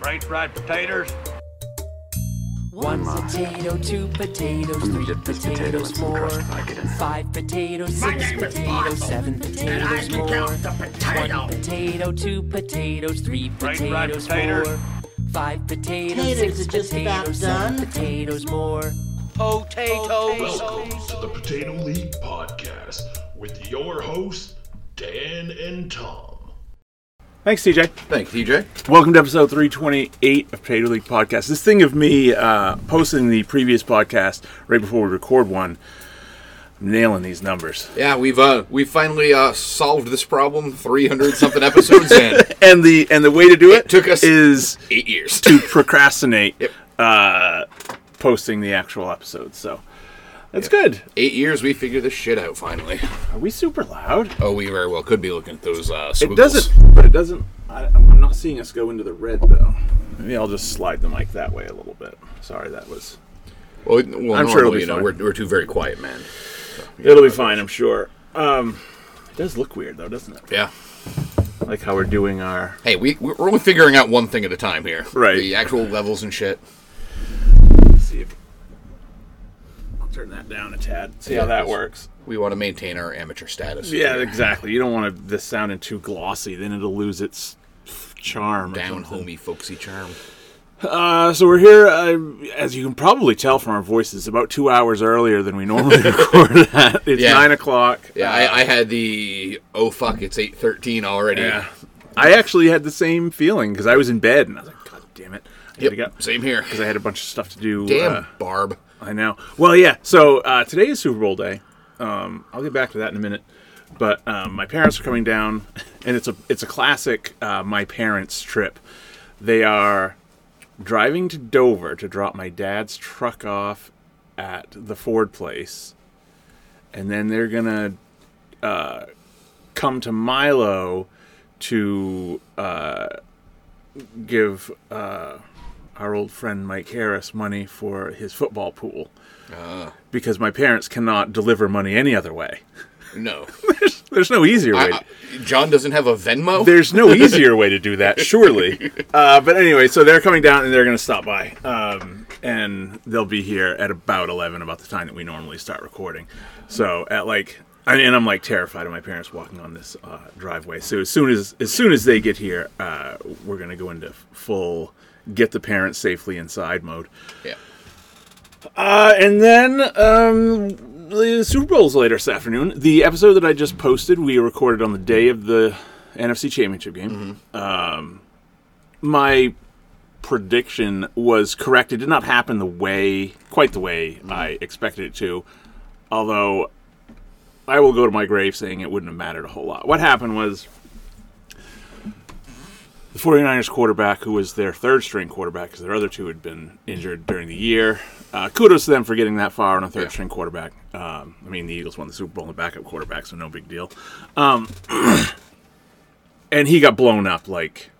French fried potatoes. One potato, two potatoes, three potatoes, four, five potatoes, My six name is potatoes, Martha, seven And I potatoes, can more. count the One potato. potato, two potatoes, three Right, right, potatoes, potato. four, five potatoes, Potatoes six are just about potatoes, seven done. potatoes, more. Welcome to the Potato League Podcast with your hosts, Dan and Tom. Thanks, TJ. Thanks, TJ. Welcome to episode 328 of Potato League Podcast. This thing of me uh, posting the previous podcast right before we record one, I'm nailing these numbers. Yeah, we've uh we finally uh solved this problem 300 something episodes in. And the and the way to do it, took us- is 8 years. to procrastinate Yep. uh, posting the actual episodes. So that's good. 8 years we figured this shit out finally. Are we super loud? Oh, we very well could be looking at those uh It squiggles. doesn't, but it doesn't. I, I'm not seeing us go into the red though. Maybe I'll just slide the mic that way a little bit. Sorry, that was. Well, it- well I'm normally, sure it'll be you know, fine. we're, we're two very quiet men. It'll be fine, I'm sure. Um, it does look weird though, doesn't it? Yeah. Like how we're doing our. Hey, we we're only figuring out one thing at a time here. Right. The actual levels and shit. Let's see if I'll turn that down a tad. See how that works. We want to maintain our amateur status. Yeah, exactly. You don't want to, this sounding too glossy, then it'll lose its charm. or Down something. homey folksy charm. Uh, so we're here, uh, as you can probably tell from our voices, about two hours earlier than we normally record that. It's Yeah. nine o'clock. Yeah, I, I had the oh fuck, it's 8:13 already. Yeah. I actually had the same feeling because I was in bed and I was like, God damn it. I Yep, gotta go. same here. Because I had a bunch of stuff to do. Damn, uh, Barb. I know. Well, yeah. So uh, today is Super Bowl day. Um, I'll get back to that in a minute. But um, my parents are coming down, and it's a it's a classic uh, my parents trip. They are driving to Dover to drop my dad's truck off at the Ford place, and then they're gonna uh, come to Milo to uh, give our old friend Mike Harris money for his football pool Ah. because my parents cannot deliver money any other way. No. There's, there's no easier way. I- I- John doesn't have a Venmo? there's no easier way to do that, surely. Uh, but anyway, so they're coming down and they're going to stop by, um, and they'll be here at about eleven, about the time that we normally start recording. So at like, I mean, I'm like terrified of my parents walking on this uh, driveway. So as soon as as soon as they get here, uh, we're going to go into full get the parents safely inside mode. Yeah. Uh, and then um, the Super Bowl's later this afternoon. The episode that I just posted, we recorded on the day of the NFC Championship game. Um, my prediction was correct. It did not happen the way, quite the way I expected it to. Although I will go to my grave saying it wouldn't have mattered a whole lot. What happened was the 49ers quarterback, who was their third string quarterback, because their other two had been injured during the year. Uh, kudos to them for getting that far on a third Yeah. string quarterback. Um, I mean, the Eagles won the Super Bowl on the backup quarterback, so no big deal. Um, and he got blown up like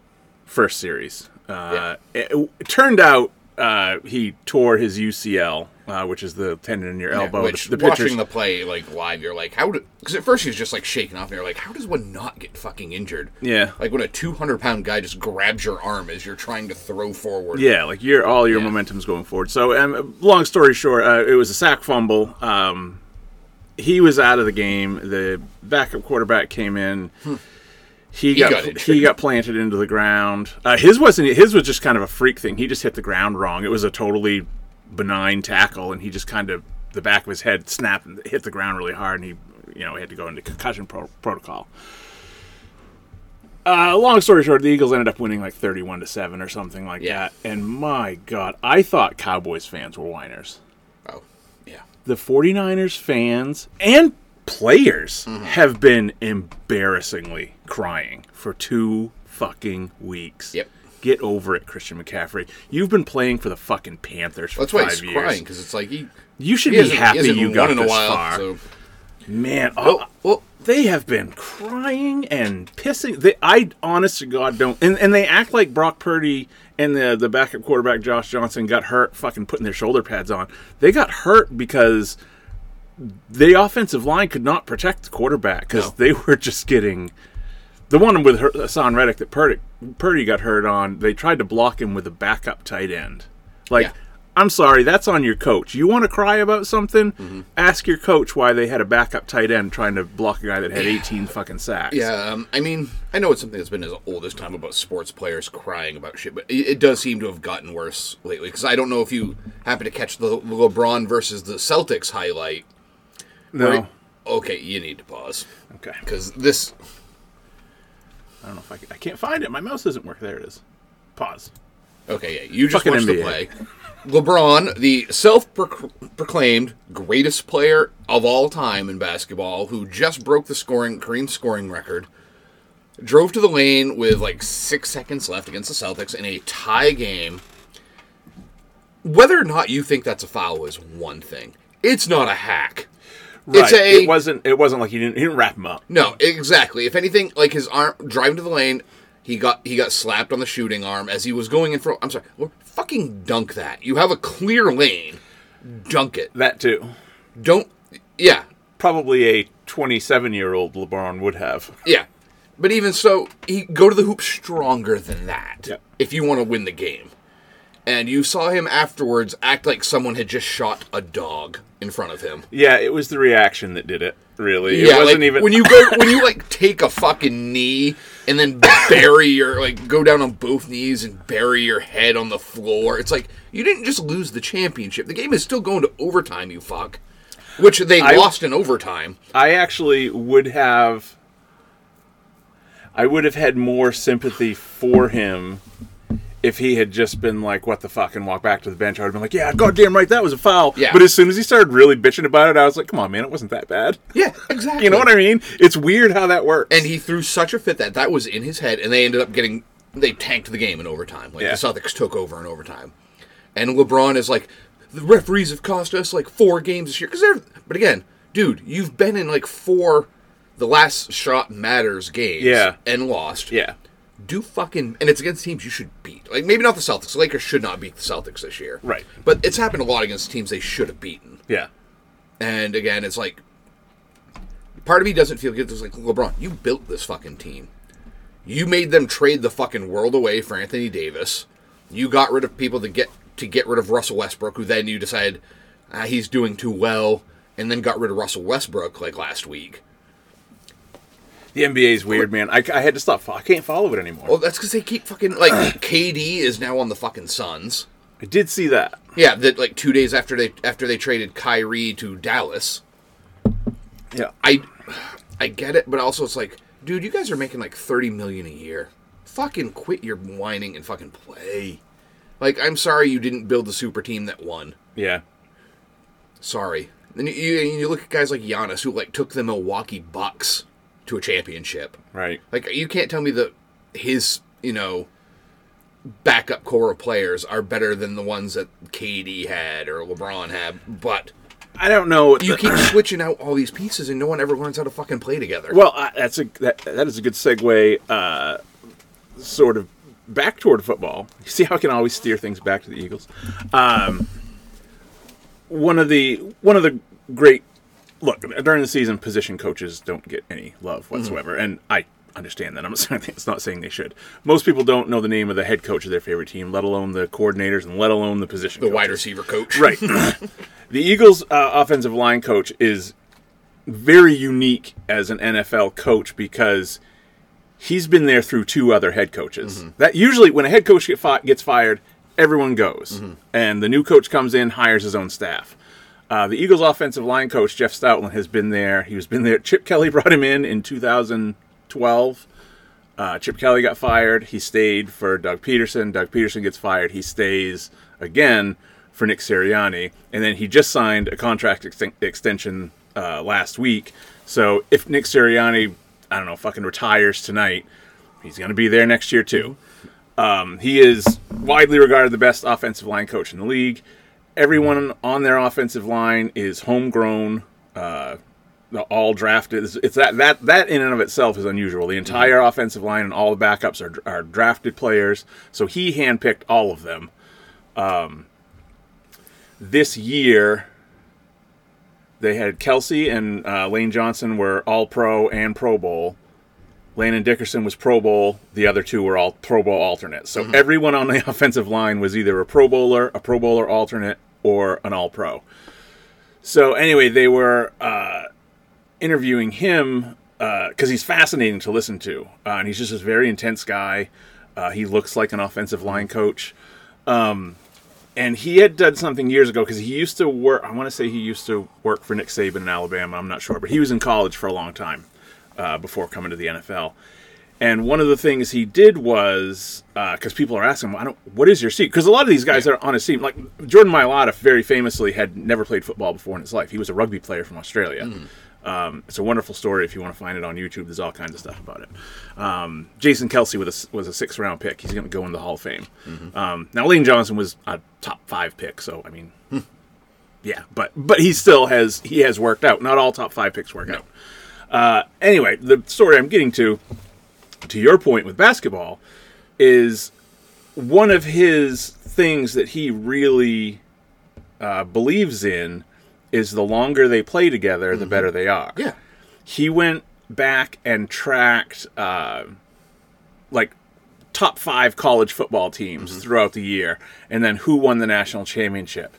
first series. Uh, it, it turned out uh, he tore his UCL, uh, which is the tendon in your elbow. Which the, the pitchers- watching the play like live, you're like, how? Because at first he was just like shaking off, and you're like, how does one not get fucking injured? Yeah. Like when a 200 pound guy just grabs your arm as you're trying to throw forward. Yeah, like your all your momentum's going forward. So, um, long story short, uh, it was a sack fumble. Um, he was out of the game. The backup quarterback came in. Hmm. He, got, got injured. he got planted into the ground. Uh, his wasn't his was just kind of a freak thing. He just hit the ground wrong. It was a totally benign tackle, and he just kind of the back of his head snapped and hit the ground really hard, and he you know had to go into concussion pro- protocol. Uh, long story short, the Eagles ended up winning like thirty-one to seven or something like Yeah. that. And my God, I thought Cowboys fans were whiners. Oh, yeah. The 49ers fans and players Mm-hmm. have been embarrassingly crying for two fucking weeks. Yep. Get over it, Christian McCaffrey. You've been playing for the fucking Panthers for That's why five he's years. crying because it's like he. You should He be hasn't, he happy hasn't you won got in a this while, far. so Man, Oh, oh, well, they have been crying and pissing. They, I honest to God don't. And, and they act like Brock Purdy and the the backup quarterback Josh Johnson got hurt, fucking putting their shoulder pads on. They got hurt because the offensive line could not protect the quarterback because No. they were just getting the one with her, Hassan Reddick that Purdy, Purdy got hurt on, they tried to block him with a backup tight end. Like, Yeah. I'm sorry, that's on your coach. You want to cry about something? Mm-hmm. Ask your coach why they had a backup tight end trying to block a guy that had 18 fucking sacks. Yeah, um, I mean, I know it's something that's been as old as time about sports players crying about shit, but it, it does seem to have gotten worse lately. Because I don't know if you happen to catch the LeBron versus the Celtics highlight. No. right? Okay, you need to pause Okay. because this. I don't know if I can, I can't find it. My mouse doesn't work. There it is. Pause. Okay, yeah, you just Fucking watched the NBA. play. LeBron, the self-proclaimed greatest player of all time in basketball, who just broke the scoring Kareem's scoring record, drove to the lane with like six seconds left against the Celtics in a tie game. Whether or not you think that's a foul is one thing. It's not a hack. It's a it wasn't. It wasn't like he didn't. He didn't wrap him up. no, exactly. If anything, like his arm driving to the lane, he got he got slapped on the shooting arm as he was going in for. I'm sorry, well, fucking dunk that. You have a clear lane, dunk it. That too. Don't, yeah, Probably a 27 year old LeBron would have. yeah. But even so, he go to the hoop stronger than that Yep. if you want to win the game. And you saw him afterwards act like someone had just shot a dog in front of him. Yeah, it was the reaction that did it. Really, it like, wasn't even when you go when you like take a fucking knee and then bury your like go down on both knees and bury your head on the floor. It's like you didn't just lose the championship. The game is still going to overtime, you fuck. Which they I- lost in overtime. I actually would have. I would have had more sympathy for him if he had just been like, "What the fuck," and walked back to the bench. I would have been like, "Yeah, goddamn right, that was a foul." Yeah. But as soon as he started really bitching about it, I was like, "Come on, man, it wasn't that bad." Yeah, exactly. You know what I mean? It's weird how that works. And he threw such a fit that that was in his head, and they ended up getting they tanked the game in overtime. Like Yeah. the Celtics took over in overtime, and LeBron is like, the referees have cost us like four games this year because they're. But again, dude, you've been in like four, the last shot matters games, Yeah. and lost. yeah, Do fucking and it's against teams you should beat. Like maybe not the Celtics. The Lakers should not beat the Celtics this year. Right. But it's happened a lot against teams they should have beaten. yeah. And again, it's like part of me doesn't feel good. It's like LeBron, you built this fucking team. You made them trade the fucking world away for Anthony Davis. You got rid of people to get to get rid of Russell Westbrook, who then you decided ah, he's doing too well, and then got rid of Russell Westbrook like last week. The NBA is weird, man. I, I had to stop. fo- I can't follow it anymore. Well, that's because they keep fucking like KD is now on the fucking Suns. I did see that. Yeah, that like two days after they after they traded Kyrie to Dallas. Yeah. I I get it, but also it's like, dude, you guys are making like thirty million a year. Fucking quit your whining and fucking play. Like, I'm sorry you didn't build the super team that won. Yeah. Sorry. And you, you, and you look at guys like Giannis who like took the Milwaukee Bucks to a championship. Right. Like, you can't tell me that his you know backup core of players are better than the ones that KD had or LeBron had, but I don't know. you the- keep switching out all these pieces and no one ever learns how to fucking play together. Well, I, that's a that, that is a good segue, uh, sort of back toward football. You see how I can always steer things back to the Eagles. Um, one of the one of the great look during the season, position coaches don't get any Hmm. love whatsoever, and I understand that. I'm not saying it's not saying they should. Most people don't know the name of the head coach of their favorite team, let alone the coordinators, and let alone the position. the coaches. wide receiver coach. Right. the Eagles' uh, offensive line coach is very unique as an NFL coach because he's been there through two other head coaches. That usually, when a head coach get fi- gets fired, everyone goes, and the new coach comes in, hires his own staff. Uh, the Eagles' offensive line coach Jeff Stoutland has been there. He was been there. Chip Kelly brought him in in 2012. Uh, Chip Kelly got fired. He stayed for Doug Peterson. Doug Peterson gets fired. He stays again for Nick Sirianni. And then he just signed a contract exten- extension uh, last week. So if Nick Sirianni, I don't know, fucking retires tonight, he's going to be there next year too. Um, he is widely regarded the best offensive line coach in the league. Everyone on their offensive line is homegrown. Uh, the all drafted. It's, it's that that that in and of itself is unusual. The entire offensive line and all the backups are are drafted players. So he handpicked all of them. Um, this year, they had Kelsey and uh, Lane Johnson were All Pro and Pro Bowl. Landon Dickerson was Pro Bowl. The other two were all Pro Bowl alternates. So everyone on the offensive line was either a Pro Bowler, a Pro Bowler alternate, or an All Pro. So anyway, they were uh, interviewing him because he's fascinating to listen to, uh, and he's just this very intense guy. Uh, he looks like an offensive line coach, um, and he had done something years ago because he used to work. I want to say he used to work for Nick Saban in Alabama. I'm not sure, but he was in college for a long time uh, before coming to the NFL. And one of the things he did was because people are asking, him, I don't, what is your secret? Because a lot of these guys that are on his team, like Jordan Mailata, very famously had never played football before in his life. He was a rugby player from Australia. Um, it's a wonderful story if you want to find it on YouTube. There's all kinds of stuff about it. Um, Jason Kelsey with a, was a six round pick. He's going to go in the Hall of Fame. Um, now Lane Johnson was a top five pick, so I mean, yeah, but but he still has he has worked out. Not all top five picks work out. Uh, anyway, the story I'm getting to to your point with basketball is one of his things that he really uh, believes in is the longer they play together, the better they are. Yeah. He went back and tracked uh, like top five college football teams Mm-hmm. throughout the year and then who won the national championship.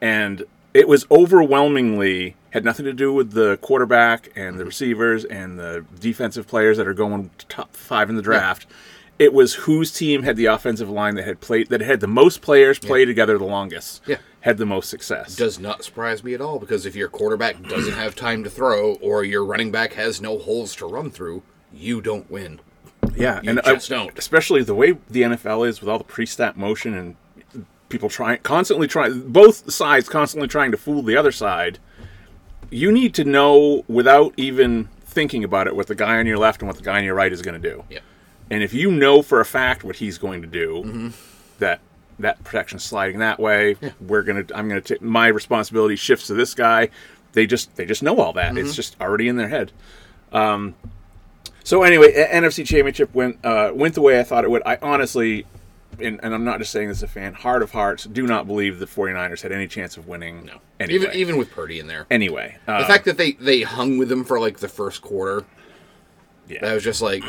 And it was overwhelmingly had nothing to do with the quarterback and Mm-hmm. the receivers and the defensive players that are going top five in the draft. It was whose team had the offensive line that had played that had the most players play together the longest. Yeah. Had the most success. Does not surprise me at all because if your quarterback doesn't have time to throw or your running back has no holes to run through, you don't win. Yeah, You and just I, don't. Especially the way the NFL is with all the pre-snap motion and people trying constantly trying both sides constantly trying to fool the other side. You need to know without even thinking about it what the guy on your left and what the guy on your right is going to do. Yeah. And if you know for a fact what he's going to do, Mm-hmm. that that protection's sliding that way, we're gonna I'm gonna take my responsibility shifts to this guy. They just they just know all that. Mm-hmm. It's just already in their head. Um, So anyway, a- NFC Championship went uh, went the way I thought it would. I honestly, and, and I'm not just saying this as a fan, heart of hearts, do not believe the 49ers had any chance of winning. No. Anyway. Even even with Purdy in there. anyway. Uh, the fact that they they hung with him for like the first quarter Yeah. that was just like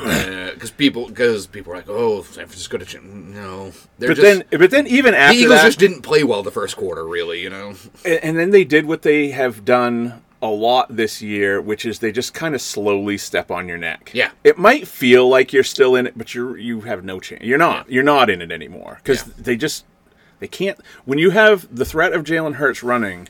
because people because people were like oh san francisco to ch-. no they're but just then, but then, even the after eagles that, just didn't play well the first quarter really you know and, and then they did what they have done a lot this year, which is they just kind of slowly step on your neck. Yeah. it might feel like you're still in it, but you are you have no chance. You're not. You're not in it anymore because Yeah. they just they can't. When you have the threat of Jalen Hurts running,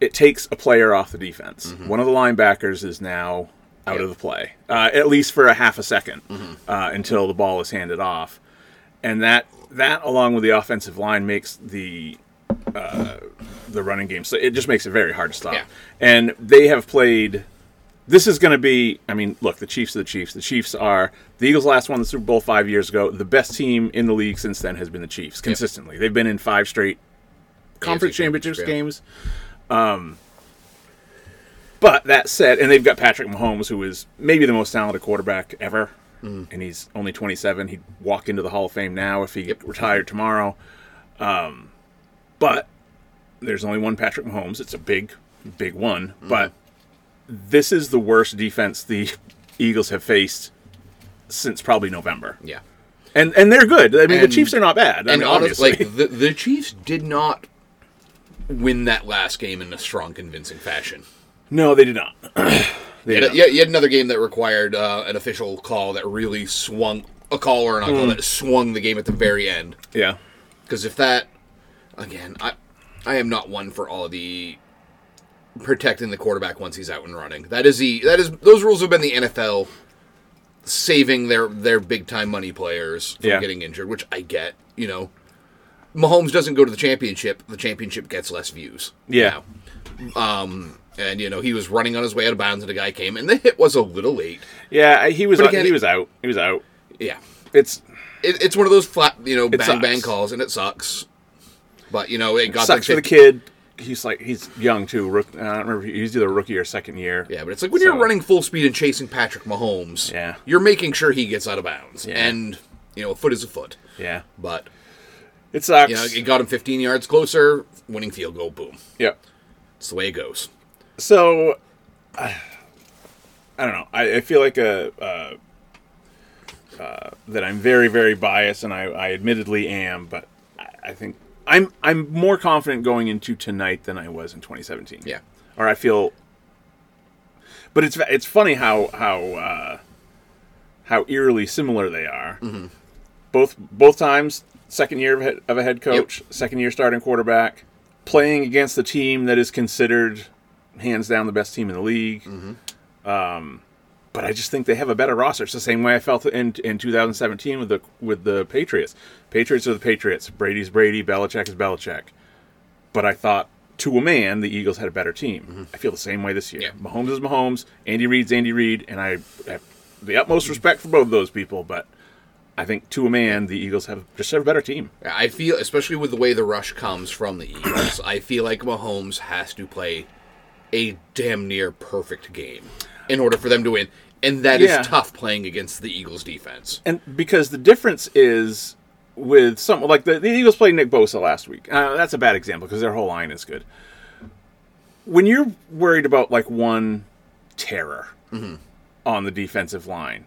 it takes a player off the defense. One of the linebackers is now out of the play, uh, at least for a half a 2nd uh, until the ball is handed off, and that that along with the offensive line makes the uh, the running game. So it just makes it very hard to stop. Yeah. And they have played. This is going to be. I mean, look, the Chiefs are the Chiefs. The Chiefs are the Eagles. Last won the Super Bowl five years ago. The best team in the league since then has been the Chiefs consistently. They've been in five straight conference championship championships game. games. Um, but that said, and they've got Patrick Mahomes, who is maybe the most talented quarterback ever, and he's only 27. He'd walk into the Hall of Fame now if he retired tomorrow. Um, but there's only one Patrick Mahomes. It's a big, big one. But this is the worst defense the Eagles have faced since probably November. yeah And and they're good. I mean, the And- Chiefs are not bad. I and mean, honestly obviously. like the, the chiefs did not win that last game in a strong convincing fashion no, they did not. they you did had, not. you had- you had another game that required uh, an official call that really swung a call or an Hmm. on call that swung the game at the very end Yeah. because if that again i i am not one for all the protecting the quarterback once he's out and running that is the that is those rules have been the nfl saving their their big time money players from Yeah. getting injured which i get you know mahomes doesn't go to the championship the championship gets less views Yeah. and you know he was running on his way out of bounds and a guy came and the hit was a little late Yeah, he was But again- he was out. He was out. yeah It's it, it's one of those flat you know bang bang sucks. calls and it sucks but you know it got sucks them for the 50 kid. He's like he's young too. Rook, uh, I don't remember. He's either rookie or second year. Yeah, but it's like when So- you're running full speed and chasing Patrick Mahomes, Yeah. you're making sure he gets out of bounds. Yeah. And, you know, a foot is a foot. Yeah, But, it sucks. you know, it got him 15 yards closer, winning field goal, boom. yeah. It's the way it goes. So, uh, I don't know. I, I feel like a, uh, uh, that I'm very, very biased, and I, I admittedly am. But I, I think I'm I'm more confident going into tonight than I was in 2017. Yeah. or I feel. But it's it's funny how how uh, how eerily similar they are. Both both times, second year of, he- of a head coach, second year starting quarterback, playing against the team that is considered hands down the best team in the league Um, but I just think they have a better roster. It's the same way I felt in in 2017 with the with the Patriots. Patriots are the Patriots. Brady's Brady. Belichick is Belichick. But I thought to a man, the Eagles had a better team. I feel the same way this year. Mm-hmm. Yeah. Mahomes is Mahomes. Andy Reid's Andy Reid, and I have the utmost Mm-hmm. respect for both of those people. But I think to a man, the Eagles have just have a better team. I feel, especially with the way the rush comes from the Eagles, I feel like Mahomes has to play a damn near perfect game in order for them to win. And that is Yeah. tough playing against the Eagles defense. and because the difference is with some like the, the Eagles played Nick Bosa last week. Uh, that's a bad example because their whole line is good. When you're worried about like one terror Mm-hmm. on the defensive line,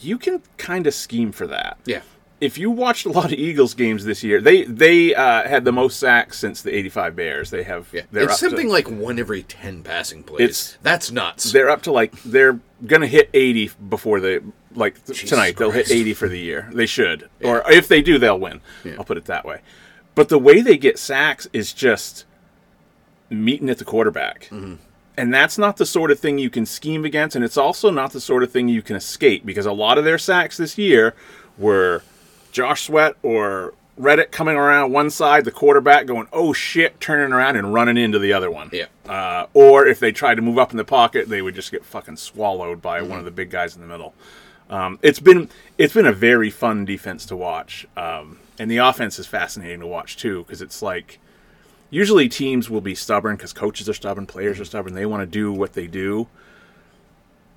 you can kind of scheme for that. Yeah. If you watched a lot of Eagles games this year, they they uh, had the most sacks since the '85 Bears. They have Yeah. they're it's up to- something like one every 10 passing plays. It's- That's nuts. they're up to like they're gonna hit 80 before they like th- Jesus tonight they'll Christ. hit 80 for the year they should or if they do they'll win i'll put it that way but the way they get sacks is just meeting at the quarterback Mm-hmm. and that's not the sort of thing you can scheme against and it's also not the sort of thing you can escape because a lot of their sacks this year were josh sweat or Reddick coming around one side, the quarterback going, "Oh shit!" turning around and running into the other one. Yeah. Uh, or if they tried to move up in the pocket, they would just get fucking swallowed by one of the big guys in the middle. Um, it's been it's been a very fun defense to watch, um, and the offense is fascinating to watch too because it's like usually teams will be stubborn because coaches are stubborn, players are stubborn. They want to do what they do.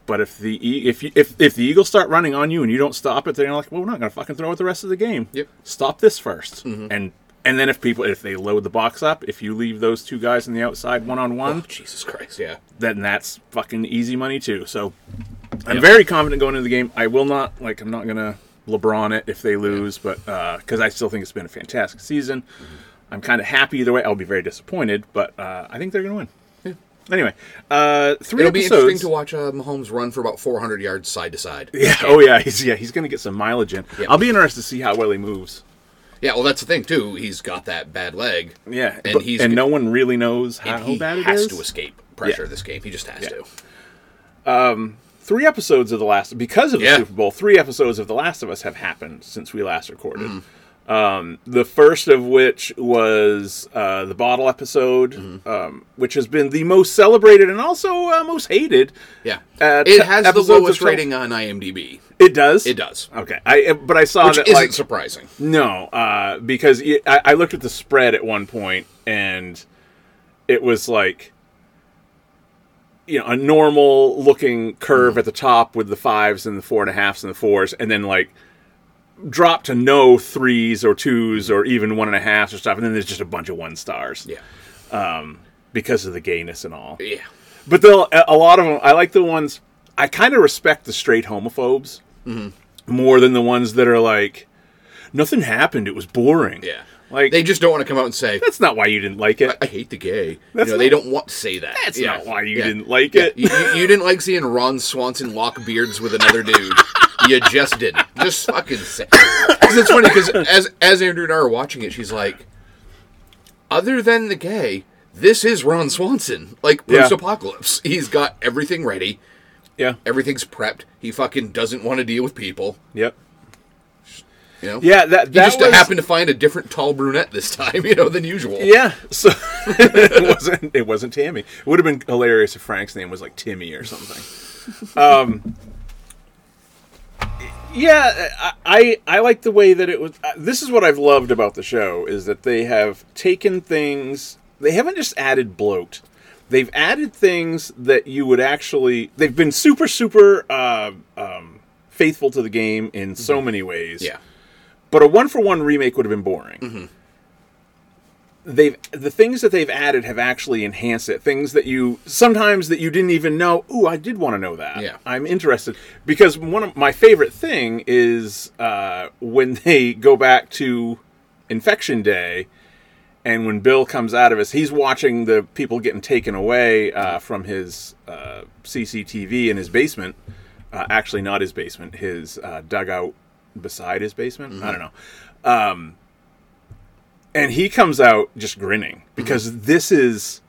But if the E- if you, if if the Eagles start running on you and you don't stop it, they're like, well, we're not going to fucking throw it the rest of the game. Yep. Stop this 1st Mm-hmm. and and then if people if they load the box up, if you leave those two guys on the outside one on oh, one, Jesus Christ. Yeah. then that's fucking easy money too. So I'm very confident going into the game. I will not like I'm not gonna LeBron it if they lose, but because I still think it's been a fantastic season. Mm-hmm. I'm kind of happy either way. I'll be very disappointed, but uh, I think they're gonna win. Anyway, uh, 3 It'll be episodes. interesting to watch uh, Mahomes run for about 400 yards side to side. Yeah. Oh yeah. He's yeah. He's gonna get some mileage in. Yeah. I'll be interested to see how well he moves. Yeah, well, that's the thing, too. He's got that bad leg. Yeah. And but- he's and no one really knows how and he bad it is. has to escape pressure this game. He just has Yeah. to. three episodes of the last because of the Yeah. Super Bowl. Three episodes of the Last of Us have happened since we last recorded. Um, the first of which was uh, the bottle episode, Mm-hmm. um, which has been the most celebrated and also uh, most hated. Yeah. Uh, te- it has the episodes of lowest tel- rating on IMDb, It does. It does. Okay. I but I saw which that isn't like surprising. no, uh, because it, I, I looked at the spread at one point, and it was like, you know, a normal looking curve at the top with the fives and the four and a halves and the fours, and then like drop to no threes or twos or even one and a halves or stuff, and then there's just a bunch of one stars Yeah. because of the gayness and all. Yeah. But they'll a a lot of them. I like the ones. I kind of respect the straight homophobes Mm-hmm. more than the ones that are like, nothing happened. It was boring. Yeah. like They just don't want to come out and say, that's not why you didn't like it. I hate the gay. You know, they don't want to say that. That's Yeah. not why you Yeah. didn't like Yeah. it. you, you- you didn't like seeing Ron Swanson lock beards with another dude. You just didn't. Just fucking say. Because it's funny. Because as as Andrew and I are watching it, she's like, other than the gay, this is Ron Swanson. Like Yeah. post apocalypse, he's got everything ready. yeah. Everything's prepped. He fucking doesn't want to deal with people. Yep. You know. Yeah. That He that just was, happened to find a different tall brunette this time, you know, than usual. Yeah. So it wasn't it wasn't Tammy. It would have been hilarious if Frank's name was like Timmy or something. Um Yeah, I I, I like the way that it was uh, this is what I've loved about the show is that they have taken things they haven't just added bloat. They've added things that you would actually they've been super super uh, um, faithful to the game in so many ways Yeah. but a one for one remake would have been boring. they've the things that they've added have actually enhanced it. Things that you sometimes that you didn't even know. Ooh, I did want to know that. Yeah. I'm interested because one of my favorite thing is uh, when they go back to Infection Day, and when Bill comes out of his, he's watching the people getting taken away uh, from his uh, CCTV in his basement. Uh, actually, not his basement, his uh, dugout beside his basement. I don't know Mm-hmm. Um, and he comes out just grinning because Mm-hmm. this is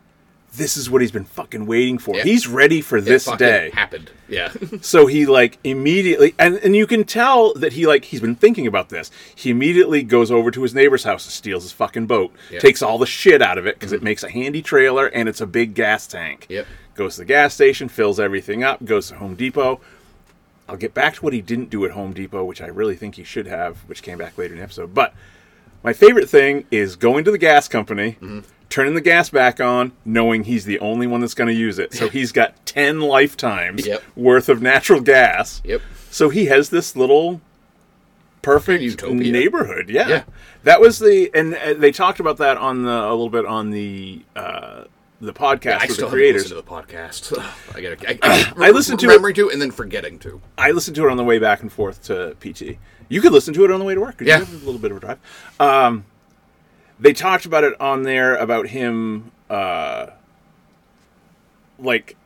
this is what he's been fucking waiting for. Yeah. He's ready for this fucking day. happened. Yeah. So he like immediately and, and you can tell that he like he's been thinking about this. He immediately goes over to his neighbor's house, steals his fucking boat, Yeah. Mm-hmm. takes all the shit out of it because it makes a handy trailer and it's a big gas tank. Yep. Goes to the gas station, fills everything up, goes to Home Depot. I'll get back to what he didn't do at Home Depot, which I really think he should have, which came back later in the episode. But my favorite thing is going to the gas company, Mm-hmm. turning the gas back on, knowing he's the only one that's going to use it. So he's got 10 lifetimes Yep. worth of natural gas. Yep. So he has this little perfect Utopia. neighborhood. Yeah. Yeah. That was the and uh, they talked about that on the a little bit on the uh the podcast I with still the haven't listened creators. to the podcast. I gotta. I, I, I listened to it- remembering to and then forgetting to. I listened to it on the way back and forth to PT. You could listen to it on the way to work. 'cause Yeah. You have a little bit of a drive. Um, they talked about it on there about him, uh, like,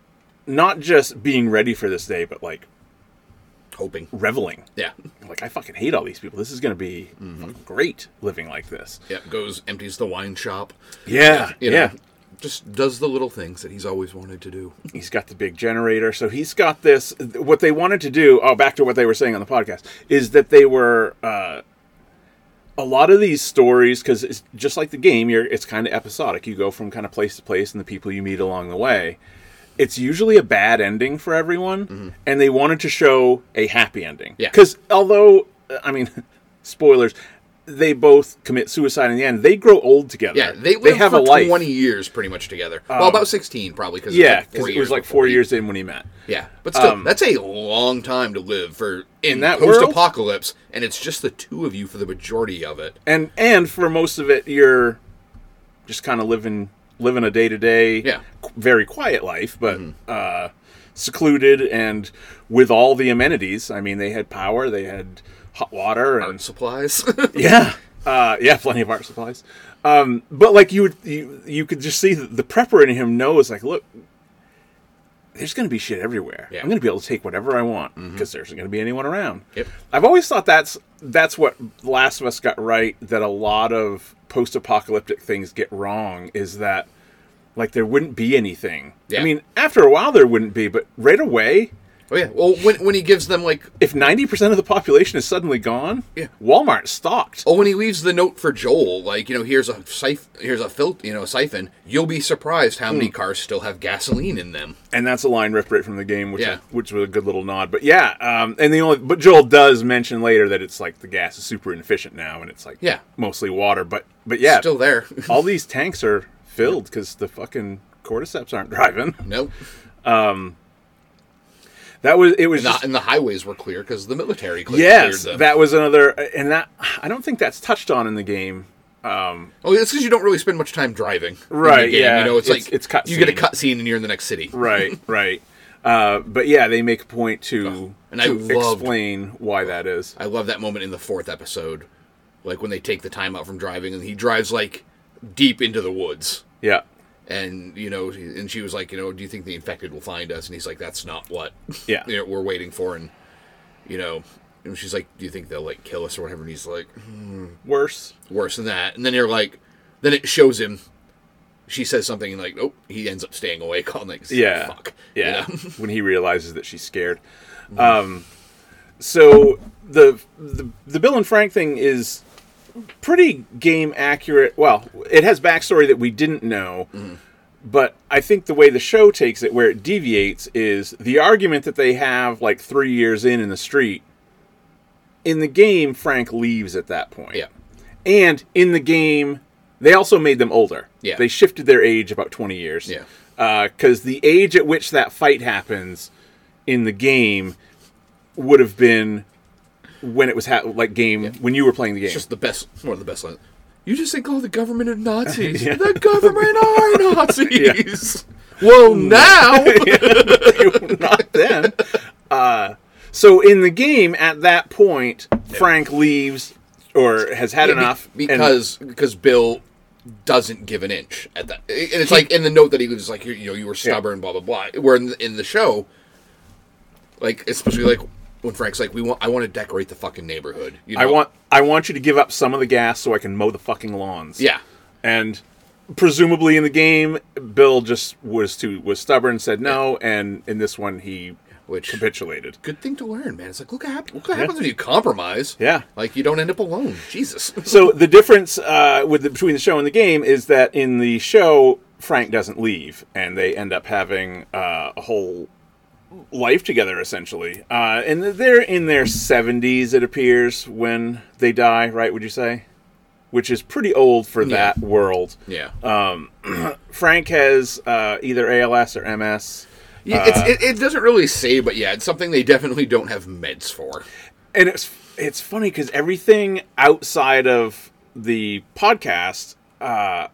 not just being ready for this day, but like Hoping. reveling. Yeah. Like, I fucking hate all these people. This is going to be fucking great living like this. Yeah. Goes empties the wine shop. Yeah. You know, yeah. Just does the little things that he's always wanted to do. he's got the big generator so he's got this what they wanted to do oh back to what they were saying on the podcast is that they were uh, a lot of these stories because it's just like the game you're it's kind of episodic you go from kind of place to place and the people you meet along the way it's usually a bad ending for everyone and they wanted to show a happy ending Mm-hmm. Yeah. because although i mean spoilers they both commit suicide in the end they grow old together Yeah, they lived have for a life Um, twenty years pretty much together. well, about sixteen probably because yeah because it was like four years in when he met Yeah, but still, that's a long time to live for in, that world? post-apocalypse, and it's just the two of you for the majority of it. and and for most of it you're just kind of living living a day to day Yeah. very quiet life but uh secluded and with all the amenities i mean they had power they had hot water and Art supplies. yeah uh yeah plenty of art supplies um but like you would you, you could just see that the prepper in him knows like look there's going to be shit everywhere. Yeah. Mm-hmm. I'm going to be able to take whatever I want because there isn't going to be anyone around. Yep. I've always thought that's that's what Last of Us got right. That a lot of post-apocalyptic things get wrong is that like there wouldn't be anything. I Yeah. mean, after a while there wouldn't be, but right away, oh yeah. Well, when when he gives them like, if 90% of the population is suddenly gone, Yeah. Walmart stocked. oh, when he leaves the note for Joel, like you know, here's a siph- here's a fil- you know, siphon. You'll be surprised how Hmm. many cars still have gasoline in them. and that's a line ripped right from the game, which Yeah. which was a good little nod. But yeah, um, and the only but Joel does mention later that it's like the gas is super inefficient now, and it's like Yeah. mostly water. But but yeah, Still there. all these tanks are filled because the fucking cordyceps aren't driving. no, That was it was and the, just, and the highways were clear because the military cleared, yes, cleared them. that was another, and that I don't think that's touched on in the game. oh, it's because you don't really spend much time driving, in the Right, game, yeah. You know, it's, It's- like it's cutscene. you get a cutscene and you're in the next city. Right, right. Uh, but yeah, they make a point to Oh, And I to loved- explain why that is. I love that moment in the fourth episode, like when they take the time out from driving and he drives like deep into the woods, Yeah, and you know, and she was like, you know, do you think the infected will find us? And he's like, that's not what Yeah. you know, we're waiting for, and you know, and she's like, do you think they'll like kill us or whatever? And he's like, worse. worse than that. And then you're like, then it shows him. She says something and like, oh, he ends up staying awake all night. Yeah. fuck, you Yeah. know? Mm-hmm. when he realizes that she's scared. Um, so the, the the Bill and Frank thing is pretty game accurate. Well, it has backstory that we didn't know. Mm-hmm. But I think the way the show takes it, where it deviates, is the argument that they have like three years in in the street. In the game, Frank leaves at that point. yeah, And in the game, they also made them older. Yeah. They shifted their age about 20 years. Yeah. Because the age at which that fight happens in the game would have been when it was ha- like game when you were playing the game. just the best, one of the best lines. You just think, oh, the government are Nazis. The government are Nazis. Well, Mm. now not then. Uh, so in the game, at that point, Frank leaves or has had enough Be- and- because because Bill doesn't give an inch at that. And it's like in the note that he was like, you, you know, you were stubborn, blah blah blah. Where in the, in the show, like especially like when Frank's like, we want, I want to decorate the fucking neighborhood. You I know? want I want you to give up some of the gas so I can mow the fucking lawns. yeah. And presumably in the game, Bill just was too was stubborn, said no, and in this one he Which- capitulated. Good thing to learn, man. It's like look what hap- look what happens when you compromise. Yeah. like you don't end up alone. Jesus. So the difference uh, with the, between the show and the game is that in the show, Frank doesn't leave, and they end up having uh, a whole life together essentially. Uh, and they're in their seventies, it appears, when they die. Right? Would you say? Which is pretty old for that world. Yeah. Uh, Frank has uh, either ALS or MS. Yeah, it's, it, it doesn't really say, but yeah, it's something they definitely don't have meds for. and it's it's funny because everything outside of the podcast uh,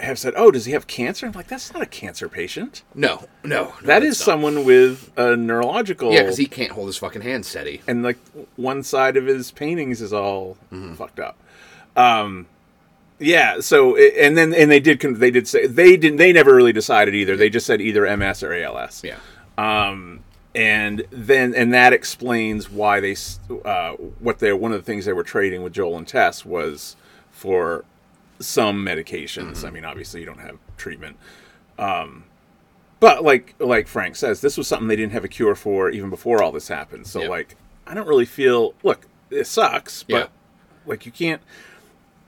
have said, "Oh, does he have cancer?" I'm like, "That's not a cancer patient. No, no, no That it's is not. someone with a neurological." Yeah, because he can't hold his fucking hand steady. and like one side of his paintings is all Mm-hmm. fucked up. Um, yeah. So it, and then and they did con- they did say they didn't they never really decided either. They just said either MS or ALS. Yeah. Um, and then and that explains why they s- uh, what they one of the things they were trading with Joel and Tess was for some medications. Mm-hmm. I mean, obviously you don't have treatment, um, but like like Frank says, this was something they didn't have a cure for even before all this happened. So Yeah. like, I don't really feel look, it sucks, but Yeah. like you can't.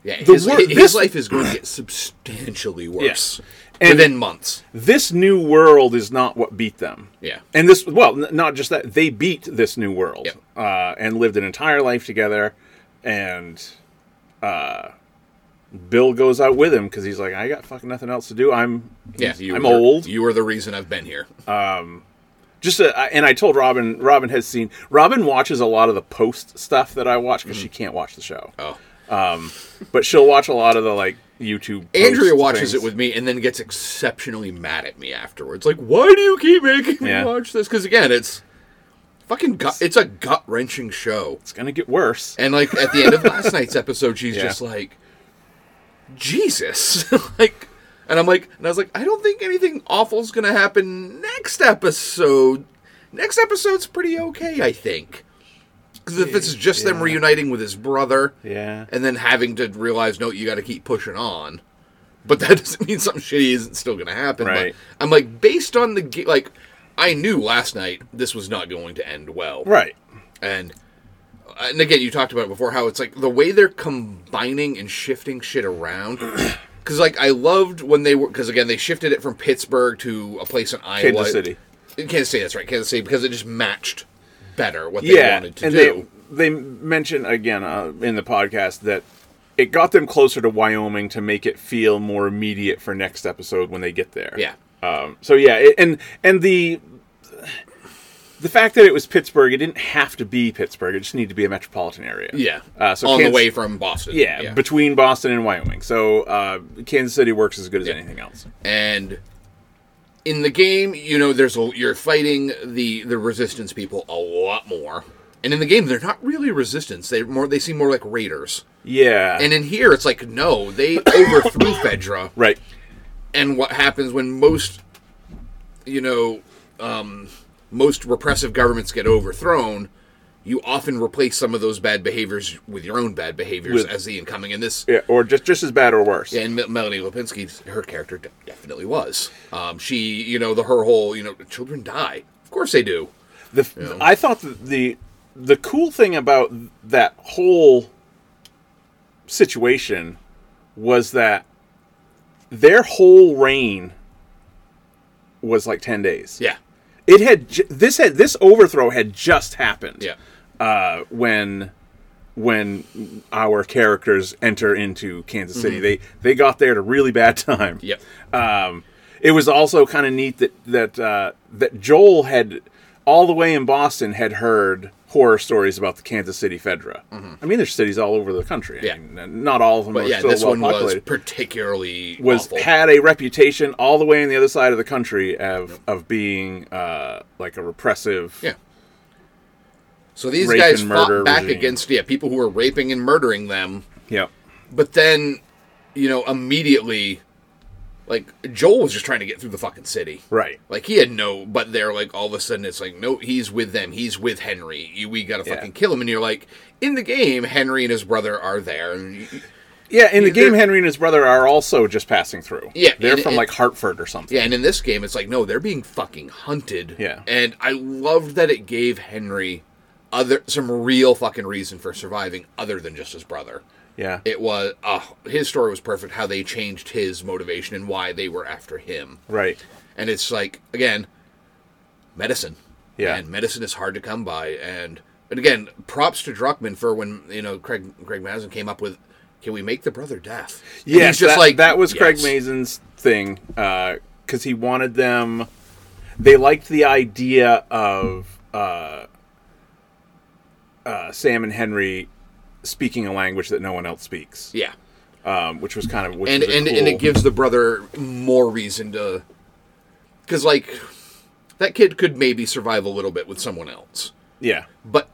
Yeah, his, wor- his this- life is going to get substantially worse And- within months. This new world is not what beat them. Yeah. and this well n- not just that they beat this new world Yep. uh, and lived an entire life together and uh, bill goes out with him because he's like i got fucking nothing else to do i'm Yeah, you i'm were- old Oh. You are the reason I've been here. just a, I- and i told robin robin has seen robin watches a lot of the post stuff that i watch because she can't watch the show Mm-hmm. oh, but she'll watch a lot of the like youtube Andrea post watches it things. with me and then gets exceptionally mad at me afterwards. Like, why do you keep making me Yeah. watch this? Because again, it's fucking gut. It's a gut wrenching show. it's gonna get worse And like at the end of last night's episode, she's Yeah. just like, Jesus, like, and I'm like, and I was like, I don't think anything awful's gonna happen next episode. Next episode's pretty okay, I think. Because if it's just them reuniting with his brother, Yeah. and then having to realize, no, you got to keep pushing on. But that doesn't mean something shitty isn't still going to happen. but Right. I'm like, based on the ga- like, I knew last night this was not going to end well right and uh, and again you talked about it before how it's like the way they're combining and shifting shit around because like i loved when they were because again they shifted it from pittsburgh to a place in iowa Kansas City. in kansas city that's right kansas city because it just matched better what they yeah wanted to and do they they mention again uh, in the podcast that it got them closer to wyoming to make it feel more immediate for next episode when they get there Yeah. um, so yeah it, and and the the fact that it was pittsburgh it didn't have to be pittsburgh it just needed to be a metropolitan area yeah uh, so on Kans- the way from boston yeah, between boston and wyoming so uh, kansas city works as good as anything else and in the game you know there's a, you're fighting the the resistance people a lot more and in the game they're not really resistance they more they seem more like raiders yeah And in here, it's like, no, they overthrew Fedra. right And what happens when most, you know, um, most repressive governments get overthrown, you often replace some of those bad behaviors with your own bad behaviors With- as the incoming. And this, yeah, or just just as bad or worse and Mel- Melanie Lipinski, her character de- definitely was. Um, she, you know, the her whole, you know, children die. Of course they do. The f I I thought that the the cool thing about that whole situation was that their whole reign was like 10 days. Yeah. It had ju- this had this overthrow had just happened. Yeah. Uh, when when our characters enter into Kansas City, they they got there at a really bad time. Mm-hmm. Yep. Um, it was also kind of neat that that uh, that Joel had all the way in Boston had heard horror stories about the Kansas City Fedra. I mean, there's cities all over the country. I Mm-hmm. Yeah. mean, not all of them But are yeah, so this well one was populated. particularly Was awful. had a reputation all the way on the other side of the country of of being uh, like a repressive. yeah. So these rape guys and fought murder back regime. against yeah people who were raping and murdering them, Yep. but then you know immediately, like Joel was just trying to get through the fucking city. Right. Like he had no, but they're like all of a sudden it's like no, he's with them. He's with Henry. You, we gotta Yeah. fucking kill him. And you're like in the game, Henry and his brother are there. And you- Yeah, in the They're- game, Henry and his brother are also just passing through. Yeah, they're and- from and- like Hartford or something. yeah, and in this game, it's like no, they're being fucking hunted. Yeah. and I loved that it gave Henry other some real fucking reason for surviving other than just his brother. Yeah, It was oh, his story was perfect. How they changed his motivation and why they were after him. right. And it's like again, medicine. Yeah. And medicine is hard to come by. And and again, props to Druckman for when you know Craig Craig Mazin came up with, can we make the brother deaf? And Yeah, that, that was yes. Craig Mazin's thing because he wanted them. They liked the idea of uh, uh, Sam and Henry speaking a language that no one else speaks, Yeah. um, which was kind of which And was a and and cool- it gives the brother more reason to, because like, that kid could maybe survive a little bit with someone else, yeah but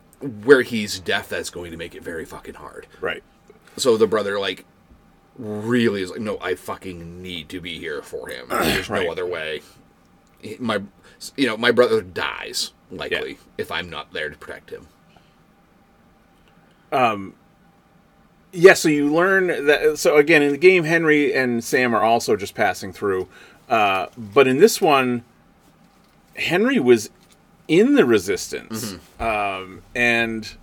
where he's deaf, that's going to make it very fucking hard. right So the brother like really is like, no, I fucking need to be here for him. There's Right. no other way. He- My, you know, my brother dies likely Yeah. if I'm not there to protect him. yeah. So you learn that. So again, in the game, Henry and Sam are also just passing through, uh, but in this one, Henry was in the resistance Mm-hmm. um, and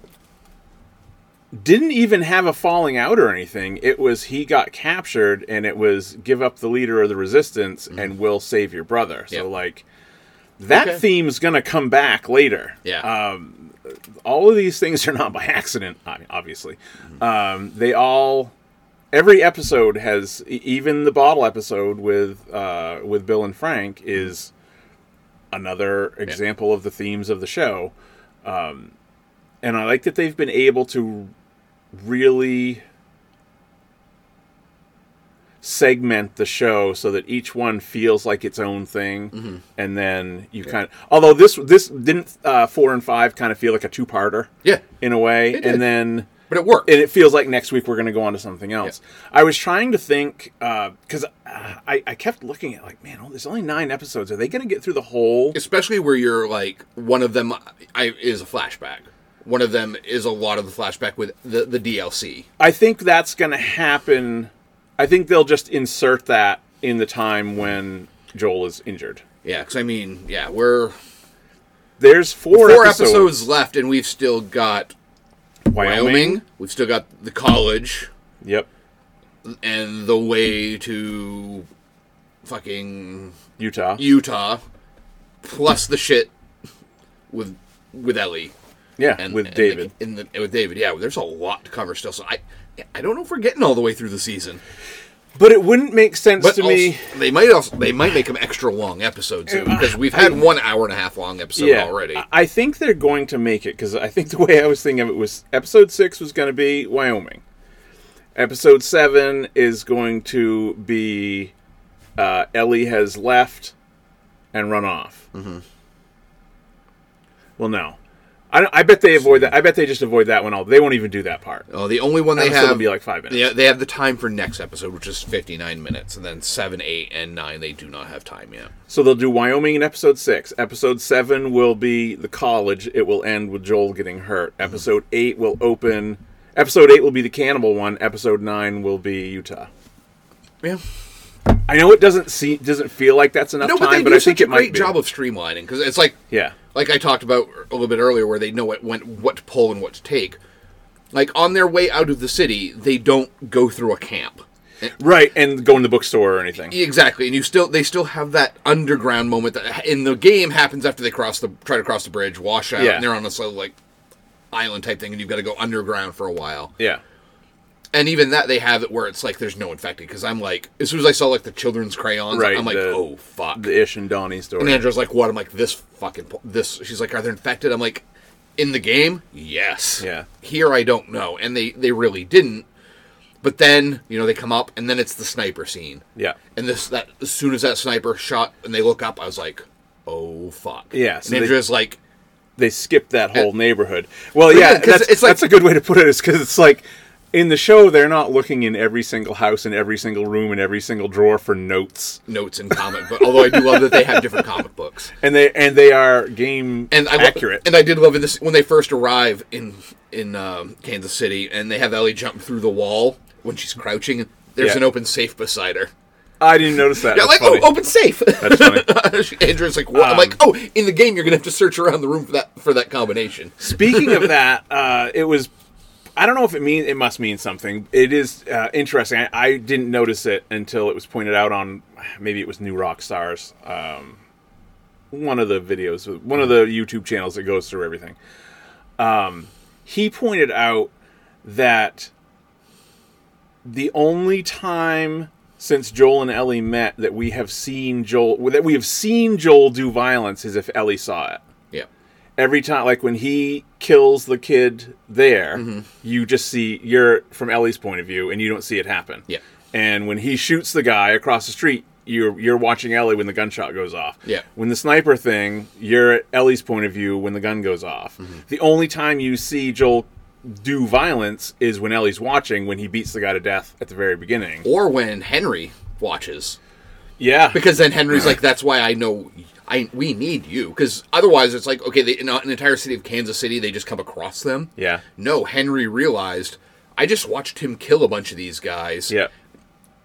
didn't even have a falling out or anything. It was he got captured and it was give up the leader of the resistance and we'll save your brother. So Mm-hmm. Yeah. like that Okay. theme's gonna come back later. Yeah. Uh, all of these things are not by accident, ob- obviously. Mm-hmm. Um, they all, every episode has, e- even the bottle episode with uh, with Bill and Frank is another example of the themes of the show. Um, and I like that they've been able to really segment the show so that each one feels like its own thing Mm-hmm. and then you kind of although this this didn't uh, four and five kind of feel like a two-parter Yeah. in a way It did. and then but it worked. and it feels like next week we're going to go on to something else i was trying to think because I, I kept looking at like man oh, there's only nine episodes are they going to get through the whole Especially where you're like one of them I, is a flashback. One of them is a lot of the flashback with the the DLC. I think that's going to happen. I think they'll just insert that in the time when Joel is injured. Yeah, because I mean, yeah, we're There's four, four episodes. episodes left, and we've still got Wyoming. Wyoming. We've still got the college. Yep. and the way to fucking Utah. Utah, plus the shit with with Ellie yeah. and with and the- David. in the, with David, yeah, there's a lot to cover still. So I, I don't know if we're getting all the way through the season, but it wouldn't make sense but to also- me. Uh, they might also they might make them extra long episodes too, because we've had one hour and a half long episode Yeah. already. I- I think they're going to make it because I think the way I was thinking of it was episode six was going to be Wyoming. Episode seven is going to be uh, Ellie has left and run off. Mm-hmm. Well, no, I, don't- I bet they avoid that. I bet they just avoid that one. All they won't even do that part. Oh, the only one they Episode have will be like five minutes. Yeah, they have the time for next episode, which is fifty nine minutes, and then seven, eight, and nine they do not have time yet. So they'll do Wyoming in episode six. Episode seven will be the college. It will end with Joel getting hurt. Hmm. Episode eight will open. Episode eight will be the cannibal one. Episode nine will be Utah. Yeah. I know it doesn't see doesn't feel like that's enough No, but they time, do but I such think a it great might be. job of streamlining because it's like, yeah, like I talked about a little bit earlier, where they know what when what to pull and what to take. Like on their way out of the city, they don't go through a camp. right. And go in the bookstore or anything. Exactly, and you still they still have that underground moment that in the game happens after they cross the try to cross the bridge, wash out, Yeah. and they're on this little like island type thing, and you've got to go underground for a while. Yeah, And even that they have it where it's like there's no infected because I'm like as soon as I saw like the children's crayons, Right, I'm like, the- oh fuck. The Ish and Donnie story. and Andrew's like, what? I'm like, this fucking po- this. She's like, are they infected? I'm like, in the game, yes. Yeah. Here I don't know, and they they really didn't. But then you know they come up, and then it's the sniper scene. yeah. And this that as soon as that sniper shot and they look up, I was like, oh fuck. Yeah, so and they- Andrew's like, They skipped that whole neighborhood. Well, yeah, yeah, 'cause that's, it's like- that's a good way to put it, is because it's like in the show, they're not looking in every single house, in every single room, in every single drawer for notes. notes in comic book. Although I do love that they have different comic books. And they and they are game And I lo- accurate. and I did love in this when they first arrive in in um, Kansas City, and they have Ellie jump through the wall when she's crouching. There's Yeah. an open safe beside her. I didn't notice that. Yeah, That's like funny. oh, open safe. That's funny. Um, Andrew's like, what? I'm like, oh, in the game you're gonna have to search around the room for that for that combination. Speaking of that, uh, it was. I don't know if it mean it must mean something. It is uh, interesting. I, I didn't notice it until it was pointed out on maybe it was New Rock Stars, um, one of the videos, one of the YouTube channels that goes through everything. Um, he pointed out that the only time since Joel and Ellie met that we have seen Joel that we have seen Joel do violence is if Ellie saw it Yeah, every time like when he kills the kid there you just see you're from ellie's point of view and you don't see it happen Yeah. and when he shoots the guy across the street you're you're watching ellie when the gunshot goes off Yeah. when the sniper thing you're at ellie's point of view when the gun goes off the only time you see joel do violence is when ellie's watching when he beats the guy to death at the very beginning or when Henry watches, yeah because then Henry's like, that's why I know I we need you, because otherwise it's like okay, they, in an entire city of Kansas City, they just come across them. yeah No, Henry realized I just watched him kill a bunch of these guys. yeah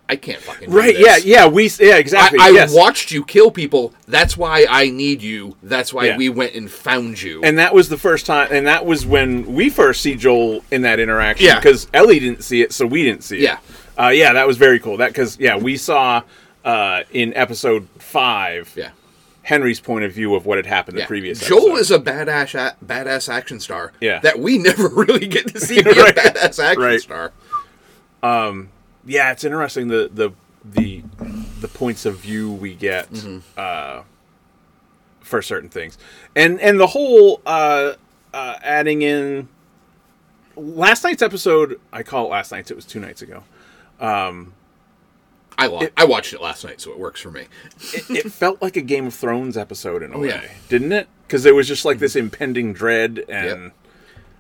I can't fucking do right this. yeah yeah we yeah I, exactly I yes. watched you kill people. That's why I need you. That's why Yeah. we went and found you. And that was the first time, and that was when we first see Joel in that interaction. Yeah. Because Ellie didn't see it, so we didn't see it. Yeah. Uh, yeah, that was very cool. That because yeah, we saw uh, in episode five yeah. Henry's point of view of what had happened Yeah. the previous. Joel episode. is a badass a- badass action star. Yeah. That we never really get to see be a Right. badass action Right. star. yeah, it's interesting the the the the points of view we get Mm-hmm. uh, for certain things, and and the whole uh, uh, adding in last night's episode. I call it last night's. It was two nights ago. I lo- I watched it last night, so it works for me. it felt like a Game of Thrones episode in a way, Oh, yeah. didn't it? Because there was just like this impending dread, and Yep.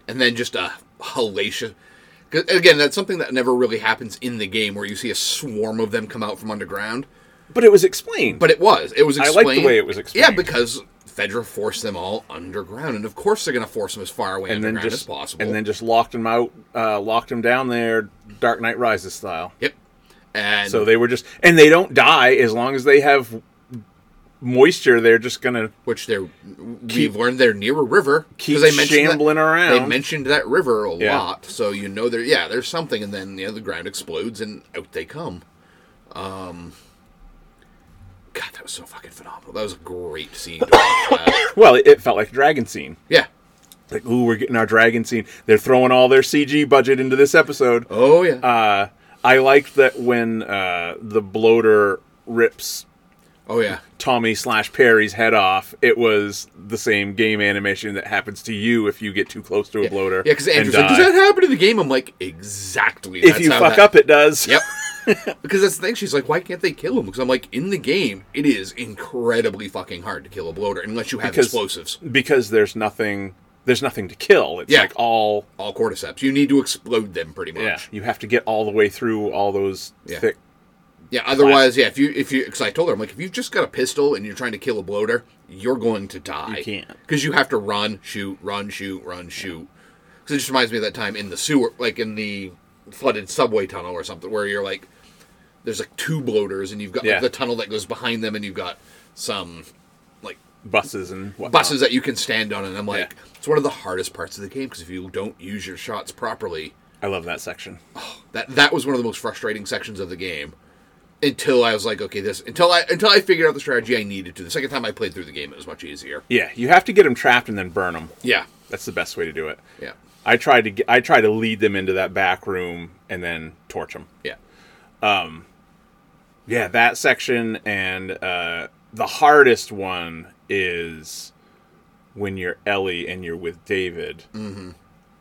And then just a hellacious. 'cause, Again, that's something that never really happens in the game, where you see a swarm of them come out from underground. but it was explained. But it was. It was I explained. liked the way it was Yeah, explained. because Fedra forced them all underground, and of course they're going to force them as far away and then underground as just possible. and then just locked him out, uh, locked him down there, Dark Knight Rises style. yep. And So they were just, and they don't die as long as they have moisture. They're just gonna which they're we've learned they're near a river keep they mentioned shambling that, around. They mentioned that river a Yeah. lot, so you know there. Yeah, there's something, and then you know, the ground explodes, and out they come. Um, God, that was so fucking phenomenal. That was a great scene. To watch that. well, it, it felt like a dragon scene. Yeah. Like, ooh, we're getting our dragon scene. They're throwing all their CG budget into this episode. Oh yeah. Uh, I liked that when uh, the bloater rips oh yeah. Tommy slash Perry's head off, it was the same game animation that happens to you if you get too close to a bloater. Yeah, because and Andrew's like, die. does that happen in the game? I'm like, exactly. if you how fuck that- up, it does. Yep. because that's the thing. She's like, why can't they kill him? Because I'm like, in the game, it is incredibly fucking hard to kill a bloater unless you have Because- explosives. because there's nothing. There's nothing to kill. It's Yeah. like all. All cordyceps. You need to explode them pretty much. Yeah, you have to get all the way through all those Yeah. thick. Yeah, otherwise, yeah. If you if you because I told her I'm like if you've just got a pistol and you're trying to kill a bloater, you're going to die. You can't. because you have to run, shoot, run, shoot, run, shoot. Because it just reminds me of that time in the sewer, like in the flooded subway tunnel or something, where you're like, there's like two bloaters and you've got Yeah. like, the tunnel that goes behind them and you've got some like buses and whatnot. buses that you can stand on, and I'm like, Yeah. it's one of the hardest parts of the game because if you don't use your shots properly, I love that section. that that was one of the most frustrating sections of the game. Until I was like, okay, this until I until I figured out the strategy I needed to. The second time I played through the game, it was much easier. Yeah, you have to get them trapped and then burn them. Yeah, That's the best way to do it. yeah. I tried to get, I tried to lead them into that back room and then torch them. Yeah. Yeah, that section and uh, the hardest one is when you're Ellie and you're with David,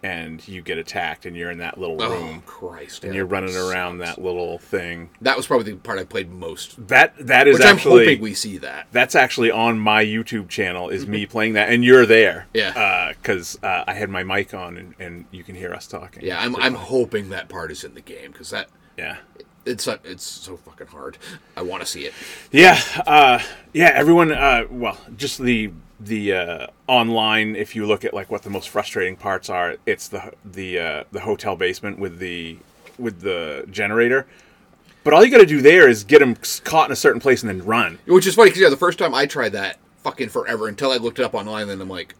and you get attacked and you're in that little Mm-hmm. Oh room Christ! and yeah, you're that running sucks. around that little thing. That was probably the part I played most. That that is Which actually I'm hoping we see that. that's actually on my YouTube channel is me playing that, and you're there. Mm-hmm. Yeah. because uh, I had my mic on and, and you can hear us talking. Yeah, I'm I'm hoping that part is in the game because that yeah. it's a, it's so fucking hard. I want to see it. Yeah, uh, yeah. Everyone, uh, well, just the the uh, online. If you look at like what the most frustrating parts are, it's the the uh, the hotel basement with the with the generator. But all you got to do there is get them caught in a certain place and then run. Which is funny because yeah, the first time I tried that fucking forever until I looked it up online, then I'm like,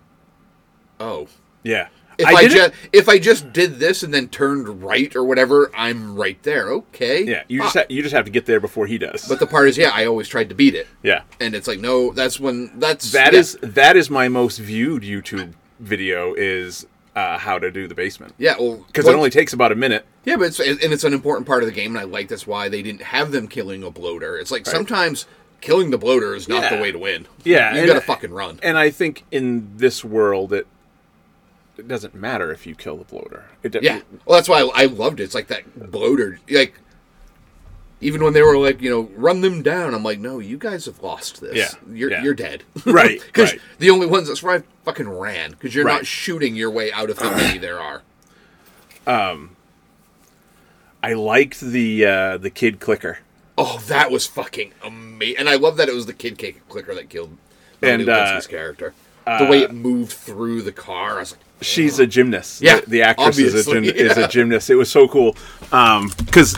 oh. Yeah, If I, did it- just if I just did this and then turned right or whatever, I'm right there. Okay. yeah. You just Fuck. ha- you just have to get there before he does. but the part is yeah, I always tried to beat it. yeah, And it's like no, that's when that's that yeah. is that is my most viewed YouTube video is uh, how to do the basement yeah well because once- it only takes about a minute. Yeah, but it's and it's an important part of the game, and I like that's why they didn't have them killing a bloater. It's like sometimes killing the bloater is not Yeah. the way to win. Yeah, you and- gotta fucking run. and I think in this world it it doesn't matter if you kill the bloater. It does yeah, well, that's why I, I loved it. It's like that bloater, like even when they were like, you know, run them down. I'm like, no, you guys have lost this. Yeah, you're yeah. you're dead. Right, Because right. the only ones that's why I fucking ran because you're Right. not shooting your way out of how many there are. I liked the uh, the kid clicker. Oh, that was fucking amazing, and I love that it was the kid cake clicker that killed And, Melanie Linsky's uh, character. The way it moved through the car, I was like, She's a gymnast. Yeah, the, the actress is a, gym, obviously, is yeah. a gymnast. It was so cool because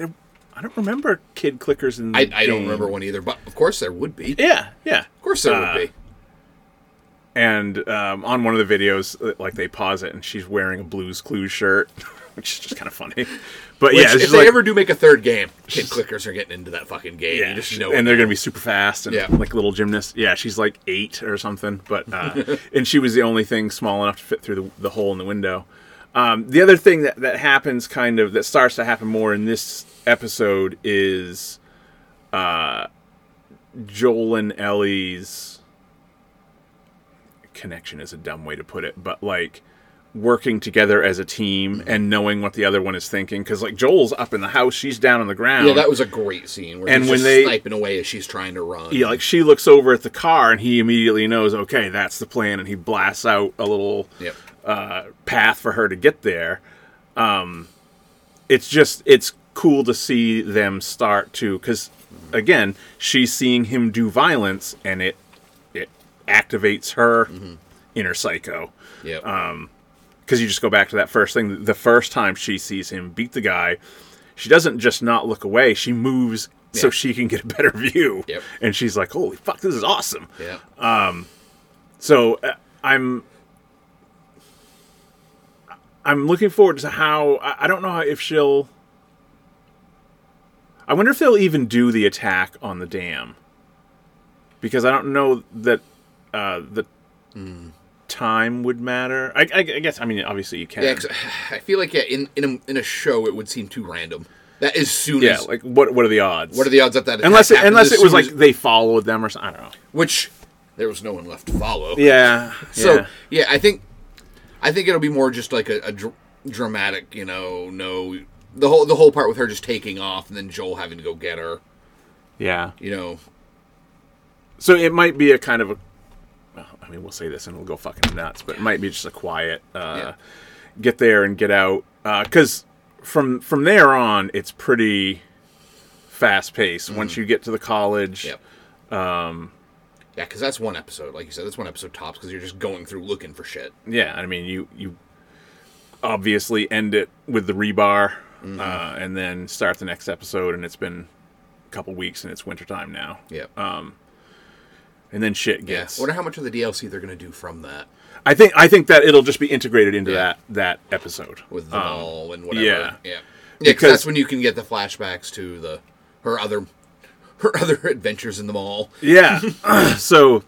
I don't remember kid clickers in. The I, I don't game. remember one either, but of course there would be. Yeah, yeah. Of course there Uh, would be. And um, on one of the videos, uh, like they pause it, and she's wearing a Blues Clues shirt, which is just kind of funny. But Which, yeah, it's if just they like, ever do make a third game, kid clickers are getting into that fucking game. Yeah, you just sh- know. and it. they're gonna be super fast and Yeah. like little gymnasts. Yeah, she's like eight or something, but uh, and she was the only thing small enough to fit through the, the hole in the window. Um, the other thing that that happens, kind of, that starts to happen more in this episode is uh, Joel and Ellie's connection is a dumb way to put it, but like working together as a team Mm-hmm. and knowing what the other one is thinking because like Joel's up in the house, she's down on the ground. yeah, that was a great scene where um, And he's when just they- sniping away as she's trying to run. yeah, like she looks over at the car and he immediately knows, okay, that's the plan, and he blasts out a little Yep. uh, path for her to get there. Um, it's just it's cool to see them start to because again, she's seeing him do violence, and it it activates her inner psycho Yep. Um, because you just go back to that first thing. The first time she sees him beat the guy, she doesn't just not look away. She moves so Yeah. she can get a better view. Yep. And she's like, "Holy fuck, this is awesome!" yeah. So uh, I'm I'm looking forward to how I I don't know how, if she'll. I wonder if they'll even do the attack on the dam, because I don't know that uh, the Hmm. time would matter. I, I- I guess I mean obviously you can. Yeah, 'cause I feel like yeah, in in a, in a show it would seem too random. That as soon Yeah, as like what? What are the odds? what are the odds that that unless attack it, unless happens as it was soon like as- they followed them or something? I don't know. which there was no one left to follow. Yeah. So yeah. yeah. I think I think it'll be more just like a, a dr- dramatic, you know, no the whole the whole part with her just taking off and then Joel having to go get her, yeah. you know. So it might be a kind of a. well, I mean, we'll say this and we'll go fucking nuts, but it might be just a quiet uh, Yeah. get there and get out because from from there on it's pretty fast paced. Once you get to the college, Mm-hmm. Yep. Um um, yeah, because that's one episode, like you said, that's one episode tops because you're just going through looking for shit. yeah, I mean you you obviously end it with the rebar Mm-hmm. uh, and then start the next episode, and it's been a couple weeks and it's wintertime now, Yeah, and then shit yeah. gets. Wonder how much of the DLC they're gonna do from that I think I think that it'll just be integrated into Yeah. that that episode with them Um, all and whatever. yeah. Yeah, yeah. Because Because- that's when you can get the flashbacks to the her other her other adventures in the mall. Yeah. so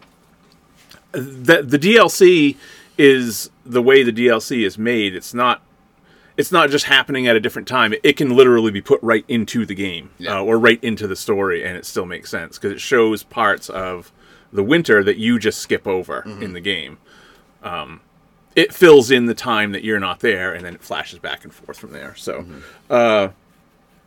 the the DLC is the way the DLC is made. It's not it's not just happening at a different time. It can literally be put right into the game Yeah. uh, or right into the story, and it still makes sense because it shows parts of the winter that you just skip over in the game. Um, it fills in the time that you're not there, and then it flashes back and forth from there. So, uh,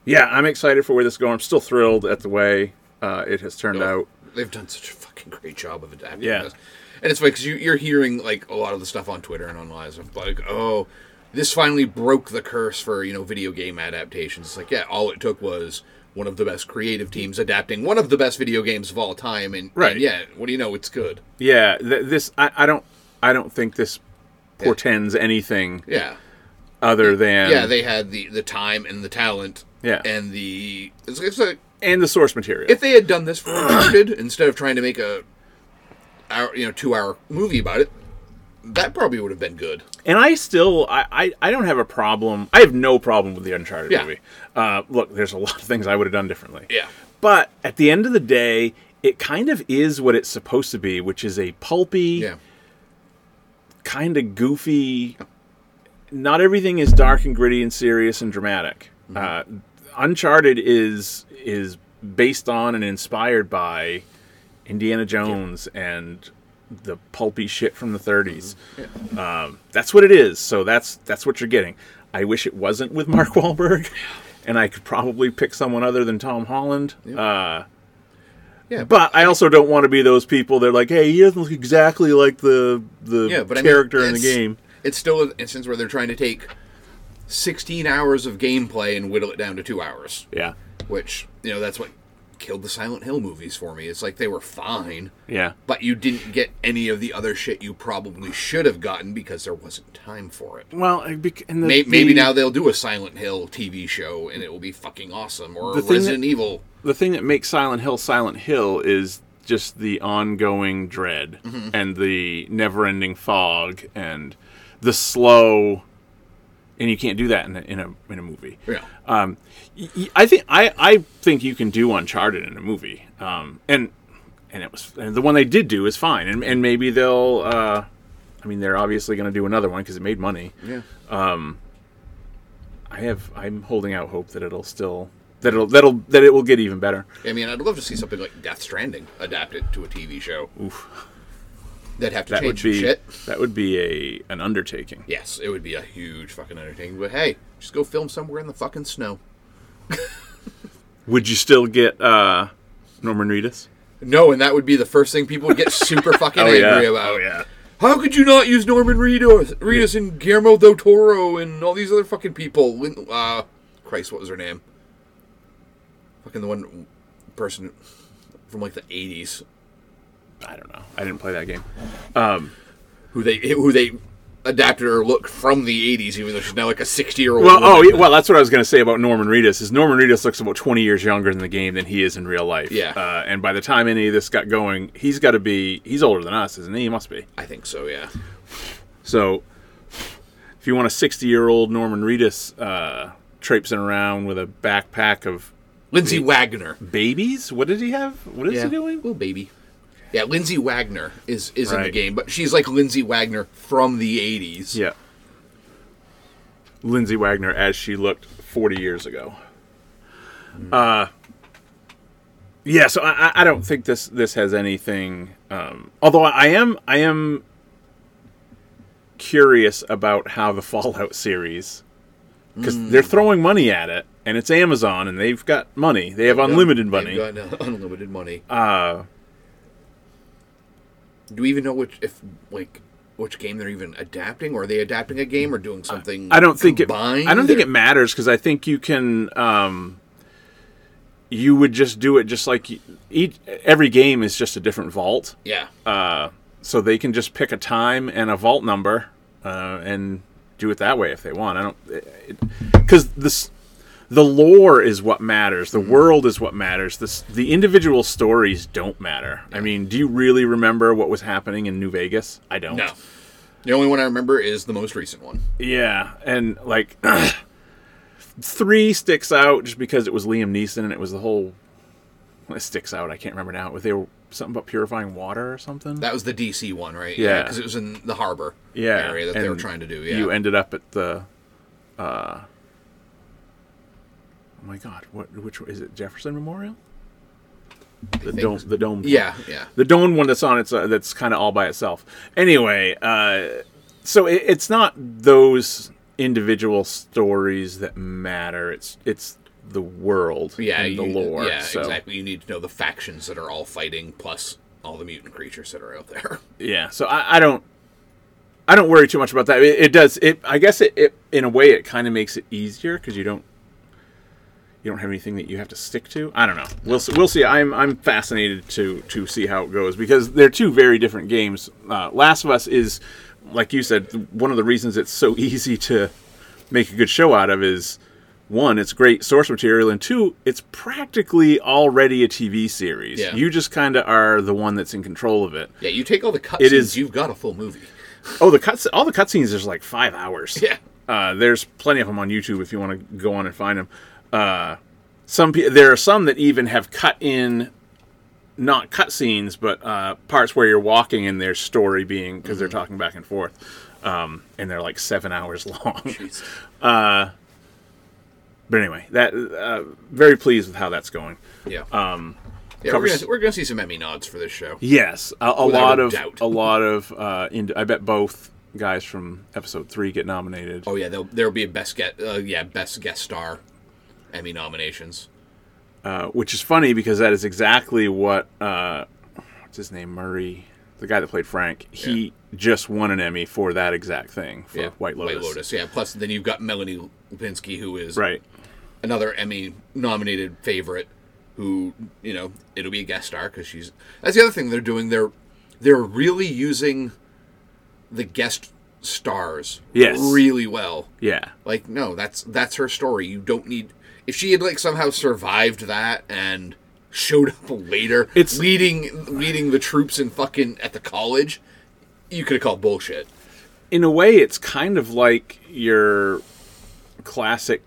yeah, I'm excited for where this is going. I'm still thrilled at the way uh, it has turned out. They've done such a fucking great job of adapting Yeah. this. And it's funny because you, you're hearing like a lot of the stuff on Twitter and online of like, oh, this finally broke the curse for you know video game adaptations. It's like, yeah, all it took was one of the best creative teams adapting one of the best video games of all time, and, and Right. yeah, what do you know, it's good. Yeah, th- this I, I don't I don't think this portends anything Yeah, other than yeah, they had the the time and the talent. Yeah. and the it's, it's a and the source material. if they had done this for Uncharted instead of trying to make a hour, you know two hour movie about it, that probably would have been good. And I still, I, I, I don't have a problem. I have no problem with the Uncharted Yeah. movie. Uh, look, there's a lot of things I would have done differently. Yeah. But at the end of the day, it kind of is what it's supposed to be, which is a pulpy, Yeah. kind of goofy. Not everything is dark and gritty and serious and dramatic. Mm-hmm. Uh, Uncharted is is based on and inspired by Indiana Jones and the pulpy shit from the 30s. Mm-hmm. Um, that's what it is. So that's that's what you're getting. I wish it wasn't with Mark Wahlberg, and I could probably pick someone other than Tom Holland. Uh, Yeah, but I also don't want to be those people. They're like, hey, he doesn't look exactly like the the yeah, but I mean, character in the it's- game. It's still an instance where they're trying to take 16 hours of gameplay and whittle it down to two hours, Yeah, which, you know, that's what killed the Silent Hill movies for me. It's like they were fine, yeah, but you didn't get any of the other shit you probably should have gotten because there wasn't time for it. Well, I bec- and the, Maybe, maybe the- now they'll do a Silent Hill TV show and it will be fucking awesome, or The a thing Resident Evil. the thing that makes Silent Hill Silent Hill is just the ongoing dread Mm-hmm. and the never-ending fog and the slow. And you can't do that in a in a, in a movie. Yeah. Um, y- y- I think I, I think you can do Uncharted in a movie. Um, and and it was and the one they did do is fine. And and maybe they'll. Uh, I mean, they're obviously going to do another one because it made money. Um, Yeah. I have. I'm holding out hope that it'll still that it'll that'll that it will get even better. I mean, I'd love to see something like Death Stranding adapted to a TV show. Oof. They'd have to That would change be shit. that would be a an undertaking. Yes, it would be a huge fucking undertaking. But hey, just go film somewhere in the fucking snow. Would you still get uh, Norman Reedus? No, and that would be the first thing people would get super fucking angry about. Oh yeah. How could you not use Norman Reedus, Reedus and Guillermo del Toro and all these other fucking people? Lin- Uh, Christ, what was her name? Fucking the one person from like the '80s I don't know. I didn't play that game. who they who they adapted her look from the '80s, even though she's now like a 60 year old. Well, oh, yeah, well, that's what I was going to say about Norman Reedus. Is Norman Reedus looks about twenty years younger in the game than he is in real life. Yeah. Uh, and by the time any of this got going, he's got to be he's older than us, isn't he? He must be. I think so. Yeah. So, if you want a 60 year old Norman Reedus uh, traipsing around with a backpack of Lindsay Wagner. babies, what did he have? What is he doing? Little baby. Yeah, Lindsay Wagner is is in the Right. game, but she's like Lindsay Wagner from the '80s. Yeah. Lindsay Wagner as she looked 40 years ago. Uh, Hmm. yeah, so I, I- I don't think this this has anything. Um, although I am I am curious about how the Fallout series because they're throwing money at it, and it's Amazon, and they've got money. They have unlimited They've money. got, uh, unlimited money. Uh, do we even know which if like which game they're even adapting? Or are they adapting a game or doing something? I don't think combined, it. I don't think or- it matters because I think you can. Um, you would just do it just like you- each every game is just a different vault, Yeah, Uh. so they can just pick a time and a vault number uh, and do it that way if they want. I don't because this the lore is what matters. Mm. The world is what matters. This the individual stories don't matter. I mean, do you really remember what was happening in New Vegas? I don't. no. The only one I remember is the most recent one. Yeah, and like three sticks out just because it was Liam Neeson and it was the whole It sticks out. I can't remember now. They were something about purifying water or something. That was the DC one, right? Yeah. because it was in the harbor yeah, area that they were and trying to do. Yeah, you ended up at the. Uh, oh my God! What? Which one- is it? Jefferson Memorial? The think dome. it's- The dome. yeah, yeah. The dome one that's on its uh, that's kind of all by itself. Anyway, uh, so it, it's not those individual stories that matter. It's it's the world. yeah, and the you- lore. Yeah, so, exactly. You need to know the factions that are all fighting, plus all the mutant creatures that are out there. Yeah, so I, I don't, I don't worry too much about that. It, it does. It I guess it, it in a way it kind of makes it easier because you don't, you don't have anything that you have to stick to. I don't know. We'll see, we'll see. I'm I'm fascinated to to see how it goes because they're two very different games. Uh, Last of Us is, like you said, one of the reasons it's so easy to make a good show out of is. One, it's great source material, and two, it's practically already a TV series. Yeah. You just kind of are the one that's in control of it. Yeah, you take all the cutscenes, It is- you've got a full movie. Oh, the cuts! All the cutscenes there's like five hours. Yeah. uh, there's plenty of them on YouTube if you want to go on and find them. Uh, some pe- there are some that even have cut in, not cutscenes, but uh, parts where you're walking and there's story being because they're talking back and forth, um, and they're like seven hours long. but anyway, that uh, very pleased with how that's going. Yeah. Um. Yeah, we're covers- gonna, we're gonna see some Emmy nods for this show. Yes, a, a Without lot a of doubt. a lot of uh, ind- I bet both guys from episode three get nominated. Oh yeah, there'll there'll be a best get uh, yeah best guest star Emmy nominations. which is funny because that is exactly what uh, what's his name Murray, the guy that played Frank. He just won an Emmy for that exact thing for Yeah, White Lotus. White Lotus. Yeah. Plus, then you've got Melanie Lipinski, who is Right. another Emmy nominated favorite. Who you know it'll be a guest star because she's that's the other thing they're doing. They're they're really using the guest stars Yes. really well. Yeah. Like, no, that's that's her story. You don't need if she had like somehow survived that and showed up later It's- leading leading the troops in fucking at the college, you could have called bullshit. In a way, it's kind of like your classic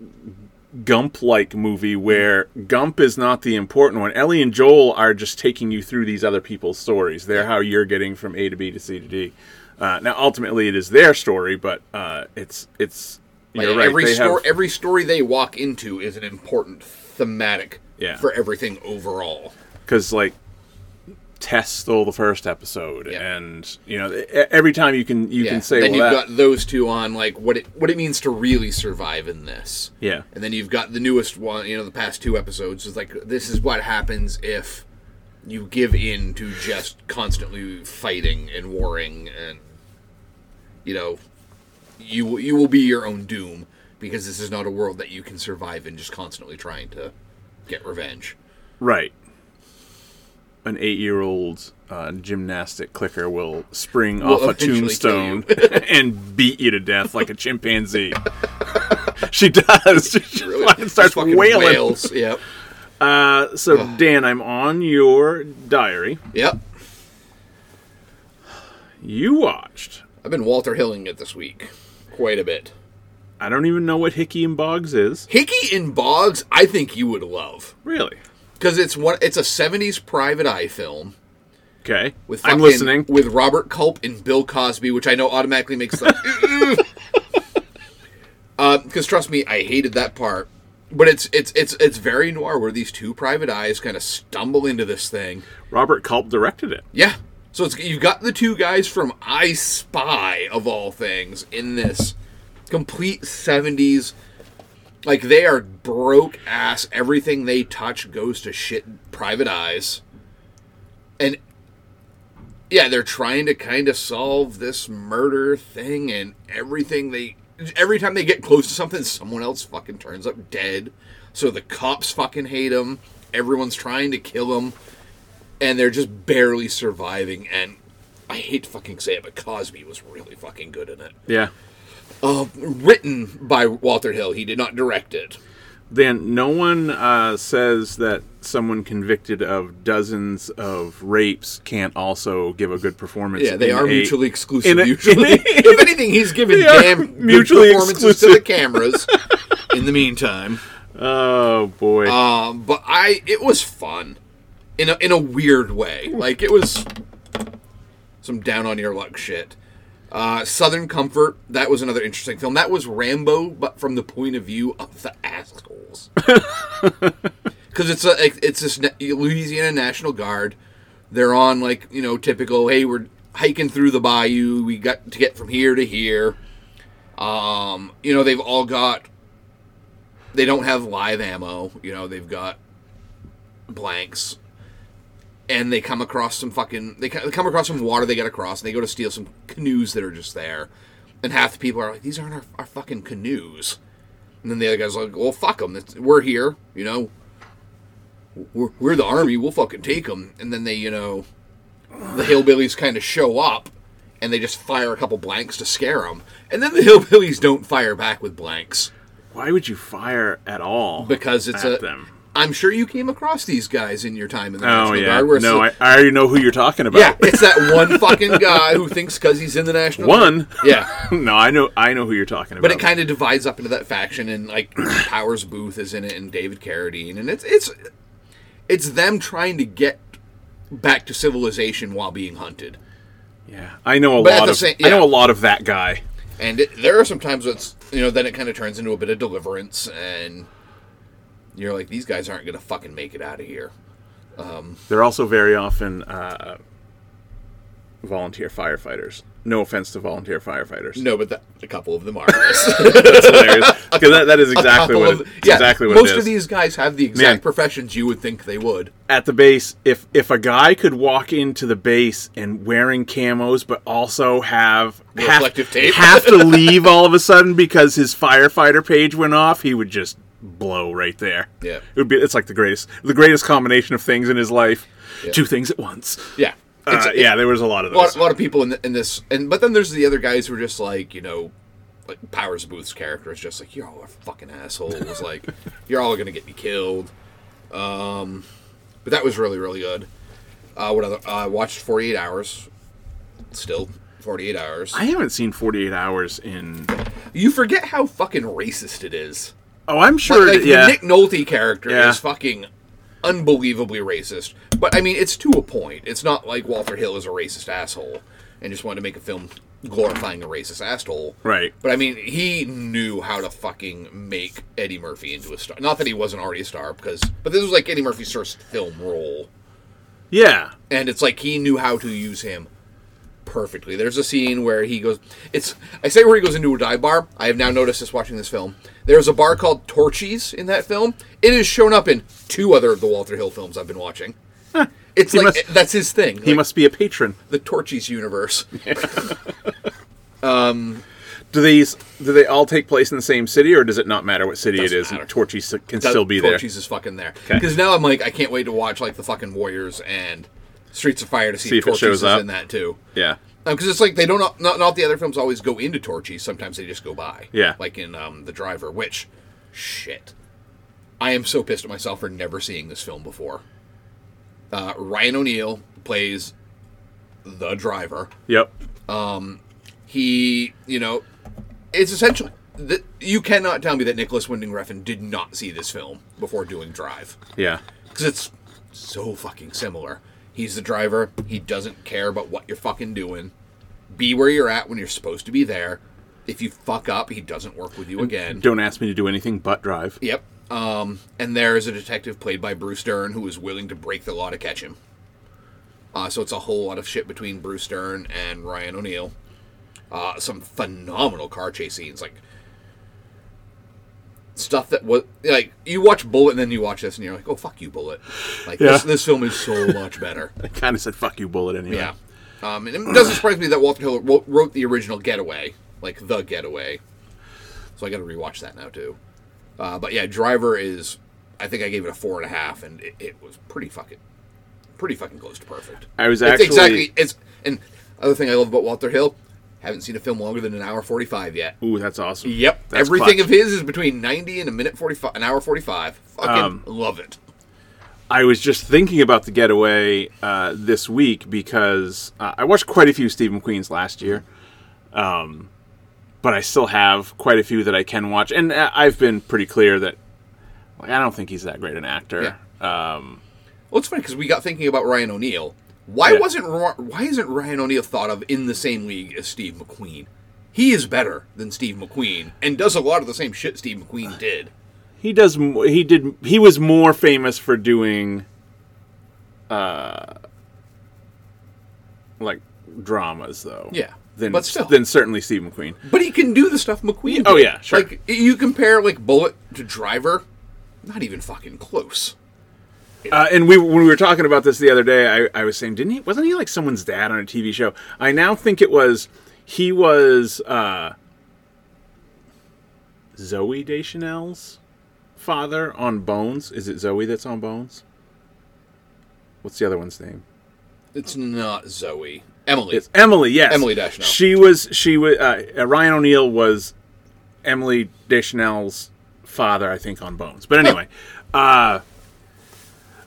Gump-like movie where Gump is not the important one. Ellie and Joel are just taking you through these other people's stories. They're how you're getting from A to B to C to D. Uh, now, ultimately, it is their story, but uh, it's it's Like, you're right. every they have- story every story they walk into is an important thematic Yeah. for everything overall. because like Tess stole the first episode, Yeah. and you know e- every time you can you can say then well, you've that- got those two on like what it what it means to really survive in this. Yeah. And then you've got the newest one, you know, the past two episodes is like this is what happens if you give in to just constantly fighting and warring and you know you will- you will be your own doom because this is not a world that you can survive in just constantly trying to get revenge. right. An eight-year-old uh, gymnastic clicker will spring off a eventually kill tombstone and beat you to death like a chimpanzee. she does. She just fucking starts Fucking wailing. wails. Yep. Uh, so Dan, I'm on your diary. Yep. You watched. I've been Walter Hilling it this week quite a bit. I don't even know what Hickey and Boggs is. Hickey and Boggs, I think you would love Really? because it's one. It's a '70s Private Eye film Okay. with I'm fucking- listening. with Robert Culp and Bill Cosby, which I know automatically makes them. Because trust me, I hated that part. But it's it's it's it's very noir where these two private eyes kind of stumble into this thing. Robert Culp directed it. Yeah. So it's you've got the two guys from I Spy of all things in this complete 70s like they are broke ass everything they touch goes to shit private eyes. And yeah, they're trying to kind of solve this murder thing and everything they every time they get close to something someone else fucking turns up dead. So the cops fucking hate them. Everyone's trying to kill them and they're just barely surviving. And I hate to fucking say it, but Cosby was really fucking good in it. Yeah. Uh, written by Walter Hill, he did not direct it. Then no one uh, says that someone convicted of dozens of rapes can't also give a good performance. Yeah, they in are a- mutually exclusive. in a- usually, in a- if anything, he's giving They are damn good mutually performances to the exclusive. cameras. in the meantime, oh boy. Uh, um, but I, it was fun. in a, in a weird way. Like it was some down on your luck shit. Uh, Southern Comfort, that was another interesting film. That was Rambo, but from the point of view of the assholes. Because it's a like, it's this na- Louisiana National Guard. They're on like you know typical. Hey, we're hiking through the bayou. We got to get from here to here. Um, you know they've all got. They don't have live ammo. You know they've got blanks and they come across some fucking they co- they come across some water they get across and they go to steal some canoes that are just there and half the people are like these aren't our, our fucking canoes and then the other guy's like well fuck them we're here you know we're, we're the army we'll fucking take them and then they you know the hillbillies kind of show up and they just fire a couple blanks to scare them and then the hillbillies don't fire back with blanks Why would you fire at all? because it's at a them. am sure you came across these guys in your time in the Oh National yeah. Guard. where it's No, like- I, I already know who you're talking about. Yeah, it's that one fucking guy who thinks because he's in the national. One. Yeah, no, I know. I know who you're talking about. but it kind of divides up into that faction, and like Powers Booth is in it, and David Carradine, and it's it's it's them trying to get back to civilization while being hunted. Yeah, I know a But at lot the of. same- I know a yeah. lot of that guy. And it, there are some times where it's you know then it kind of turns into a bit of deliverance, and you're like these guys aren't gonna fucking make it out of here. They're also very often uh, volunteer firefighters. No offense to volunteer firefighters. No, but that, a couple of them are. That's hilarious. 'Cause that, that is exactly Couple what. of- It, it's exactly what most it is. of these guys have the exact Man. professions you would think they would. At the base, if if a guy could walk into the base and wearing camos, but also have have- Reflective tape. have to leave all of a sudden because his firefighter page went off, he would just blow right there. Yeah. it would be. It's like the greatest the greatest combination of things in his life. Yeah. Two things at once. Yeah, Uh, It's- yeah, there was a lot of a lot, those. a lot of people in, in this, and but then there's the other guys who are just like you know, like Powers Booth's character is just like you're all a fucking assholes, like you're all gonna get me killed. Um, but that was really really good. Uh, what other? I watched 48 hours, still 48 hours. I haven't seen 48 Hours in. you forget how fucking racist it is. Oh, I'm Like, sure. like, the yeah. Nick Nolte character Yeah. is fucking unbelievably racist. But I mean, it's to a point. It's not like Walter Hill is a racist asshole and just wanted to make a film glorifying a racist asshole. Right. But I mean, he knew how to fucking make Eddie Murphy into a star. Not that he wasn't already a star, because but this was like Eddie Murphy's first film role, yeah. and it's like he knew how to use him. Perfectly. There's a scene where he goes. It's. I say where he goes into a dive bar. I have now noticed this watching this film. There's a bar called Torchies in that film. It has shown up in two other of the Walter Hill films I've been watching. It's He like must- that's his thing. He like, must be a patron. the Torchies universe. Do these? Do they all take place in the same city, or does it not matter what city Doesn't it is? matter. Torchy s- can that still be there. Torchies is fucking there. Because now I'm like, I can't wait to watch like the fucking Warriors and Streets of Fire to see, See if if it Torchies shows is up. in that too. Yeah. Because Um, it's like they don't not not the other films always go into Torchies. Sometimes they just go by. Yeah. Like in um, the Driver, which shit, I am so pissed at myself for never seeing this film before. Uh, Ryan O'Neal plays the driver Yep. he, you know, it's essentially that you cannot tell me that Nicholas Winding Refn did not see this film before doing Drive Yeah. because it's so fucking similar. He's the driver. He doesn't care about what you're fucking doing. Be where you're at when you're supposed to be there. If you fuck up, he doesn't work with you again. Don't ask me to do anything but drive. Yep. Um, and there is a detective played by Bruce Dern who is willing to break the law to catch him. Uh, so it's a whole lot of shit between Bruce Dern and Ryan O'Neal. Uh, some phenomenal car chase scenes, like stuff that was like you watch Bullet and then you watch this and you're like, oh fuck you, Bullet. Like this, Yeah. this film is so much better. I kind of said "fuck you, bullet" anyway. yeah. Um, and it doesn't surprise me that Walter Hill wo- wrote the original Getaway, like the Getaway. So I got to rewatch that now too. Uh, but yeah, Driver is. I think I gave it a four and a half, and it, it was pretty fucking, pretty fucking close to perfect. I was It's actually- exactly. It's and other thing I love about Walter Hill, haven't seen a film longer than an hour forty five yet. Ooh, that's awesome. Yep, That's everything clutch. of his is between ninety and a minute forty five, an hour forty five. Fucking Um, love it. I was just thinking about the getaway uh, this week because uh, I watched quite a few Stephen Queens last year, um, but I still have quite a few that I can watch, and uh, I've been pretty clear that like I don't think he's that great an actor. Yeah. Um, Well, it's funny because we got thinking about Ryan O'Neal. Why Yeah. wasn't Ro- why isn't Ryan O'Neal thought of in the same league as Steve McQueen? He is better than Steve McQueen and does a lot of the same shit Steve McQueen did. He does. m- He did. He was more famous for doing, uh, like dramas though. Yeah, Than but still. than certainly Steve McQueen. But he can do the stuff McQueen. Oh, did. yeah, sure. Like you compare like Bullet to Driver, not even fucking close. Uh, and we when we were talking about this the other day, I, I was saying, didn't he? Wasn't he like someone's dad on a TV show? I now think it was he was uh, Zoe Deschanel's father on Bones. Is it Zoe that's on Bones? What's the other one's name? It's not Zoe. Emily. It's Emily. Yes, Emily Deschanel. She was. She was. Uh, uh, Ryan O'Neal was Emily Deschanel's father, I think, on Bones. But anyway, uh,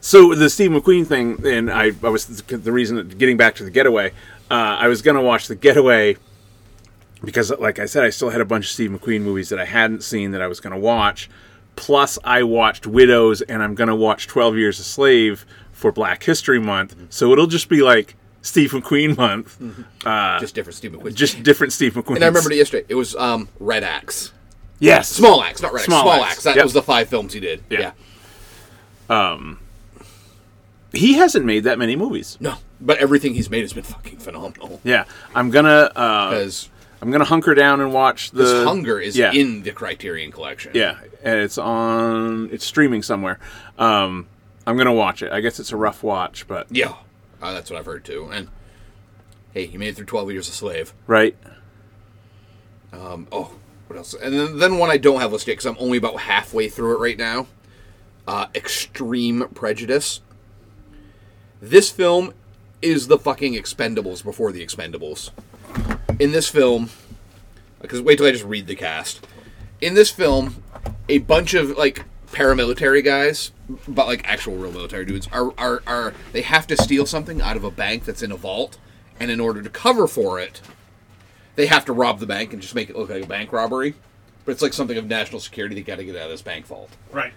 so the Steve McQueen thing, and I, I was the reason. that- Getting back to the Getaway, uh, I was gonna watch the Getaway because, like I said, I still had a bunch of Steve McQueen movies that I hadn't seen that I was gonna watch. Plus, I watched Widows, and I'm gonna watch Twelve Years a Slave for Black History Month. Mm-hmm. So it'll just be like Steve McQueen month just different Steve McQueen. uh, just different Steve McQueen. and I remembered it yesterday. It was um, Red Axe. Yes, Small Axe, not Red Axe. Small Small, Axe. Axe. That Yep. was the five films he did. Yeah. Um, yeah. He hasn't made that many movies. No, but everything he's made has been fucking phenomenal. Yeah, I'm gonna uh, Because I'm gonna hunker down and watch the. his hunger is Uh, yeah, in the Criterion Collection. Yeah, and it's on. It's streaming somewhere. Um, I'm gonna watch it. I guess it's a rough watch, but yeah, uh, that's what I've heard too. And hey, he made it through twelve years a slave. right. Um, oh, what else? And then, then one I don't have listed because I'm only about halfway through it right now. Uh, Extreme Prejudice. This film is the fucking Expendables before the Expendables. In this film, because wait till I just read the cast. In this film, a bunch of like paramilitary guys, but like actual real military dudes, are are, are they have to steal something out of a bank that's in a vault, and in order to cover for it, they have to rob the bank and just make it look like a bank robbery. But it's like something of national security. They got to get out of this bank vault. Right.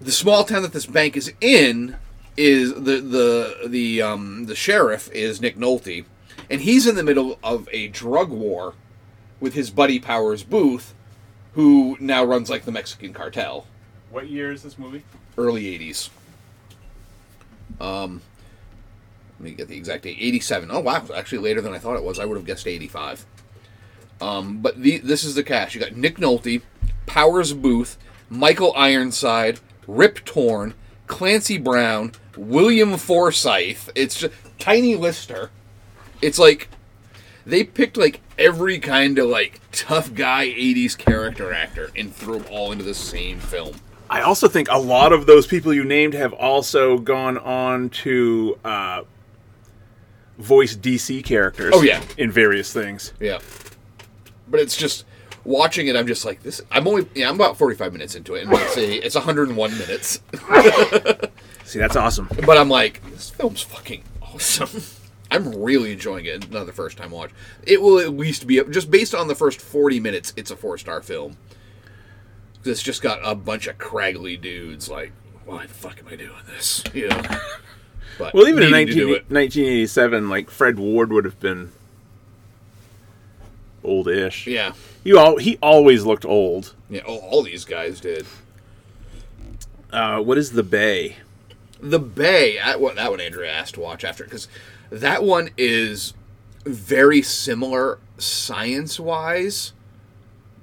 The small town that this bank is in is the the the um, the sheriff is Nick Nolte, and he's in the middle of a drug war with his buddy Powers Booth, who now runs like the Mexican cartel. What year is this movie? Early '80s. Um, let me get the exact date. '87. Oh wow, it's actually later than I thought it was. I would have guessed '85. Um, but the, this is the cast. You got Nick Nolte, Powers Booth, Michael Ironside, Rip Torn, Clancy Brown, William Forsythe. It's just tiny lister. It's like they picked like every kind of like tough guy '80s character actor and threw them all into the same film. I also think a lot of those people you named have also gone on to uh, voice DC characters. Oh, yeah. in various things. Yeah. But it's just watching it. I'm just like this. I'm only yeah. I'm about 45 minutes into it, and it's a, it's 101 minutes. See, that's awesome. But I'm like, this film's fucking awesome. I'm really enjoying it. Not the first time watch. It will at least be just based on the first 40 minutes. It's a four star film. It's just got a bunch of craggly dudes like, why the fuck am I doing this? You know. But Well, even in needing 19, to do it. 1987, like Fred Ward would have been old-ish. yeah, You all he always looked old. yeah. Oh, all these guys did. Uh, what is the Bay? The Bay. That one, that one Andrea asked to watch after because that one is very similar science wise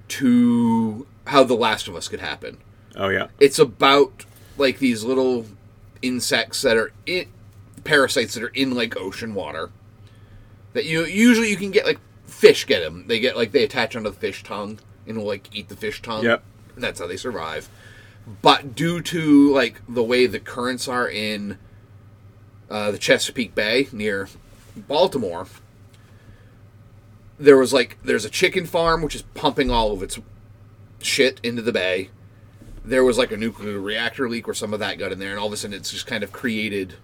to how The Last of Us could happen. Oh yeah, It's about like these little insects that are in parasites that are in like ocean water that you usually you can get like fish get them. They get like they attach onto the fish tongue and will like eat the fish tongue. Yep. And that's how they survive. But due to like the way the currents are in uh, the Chesapeake Bay near Baltimore, there was like there's a chicken farm which is pumping all of its shit into the bay. There was like a nuclear reactor leak where some of that got in there, and all of a sudden it's just kind of created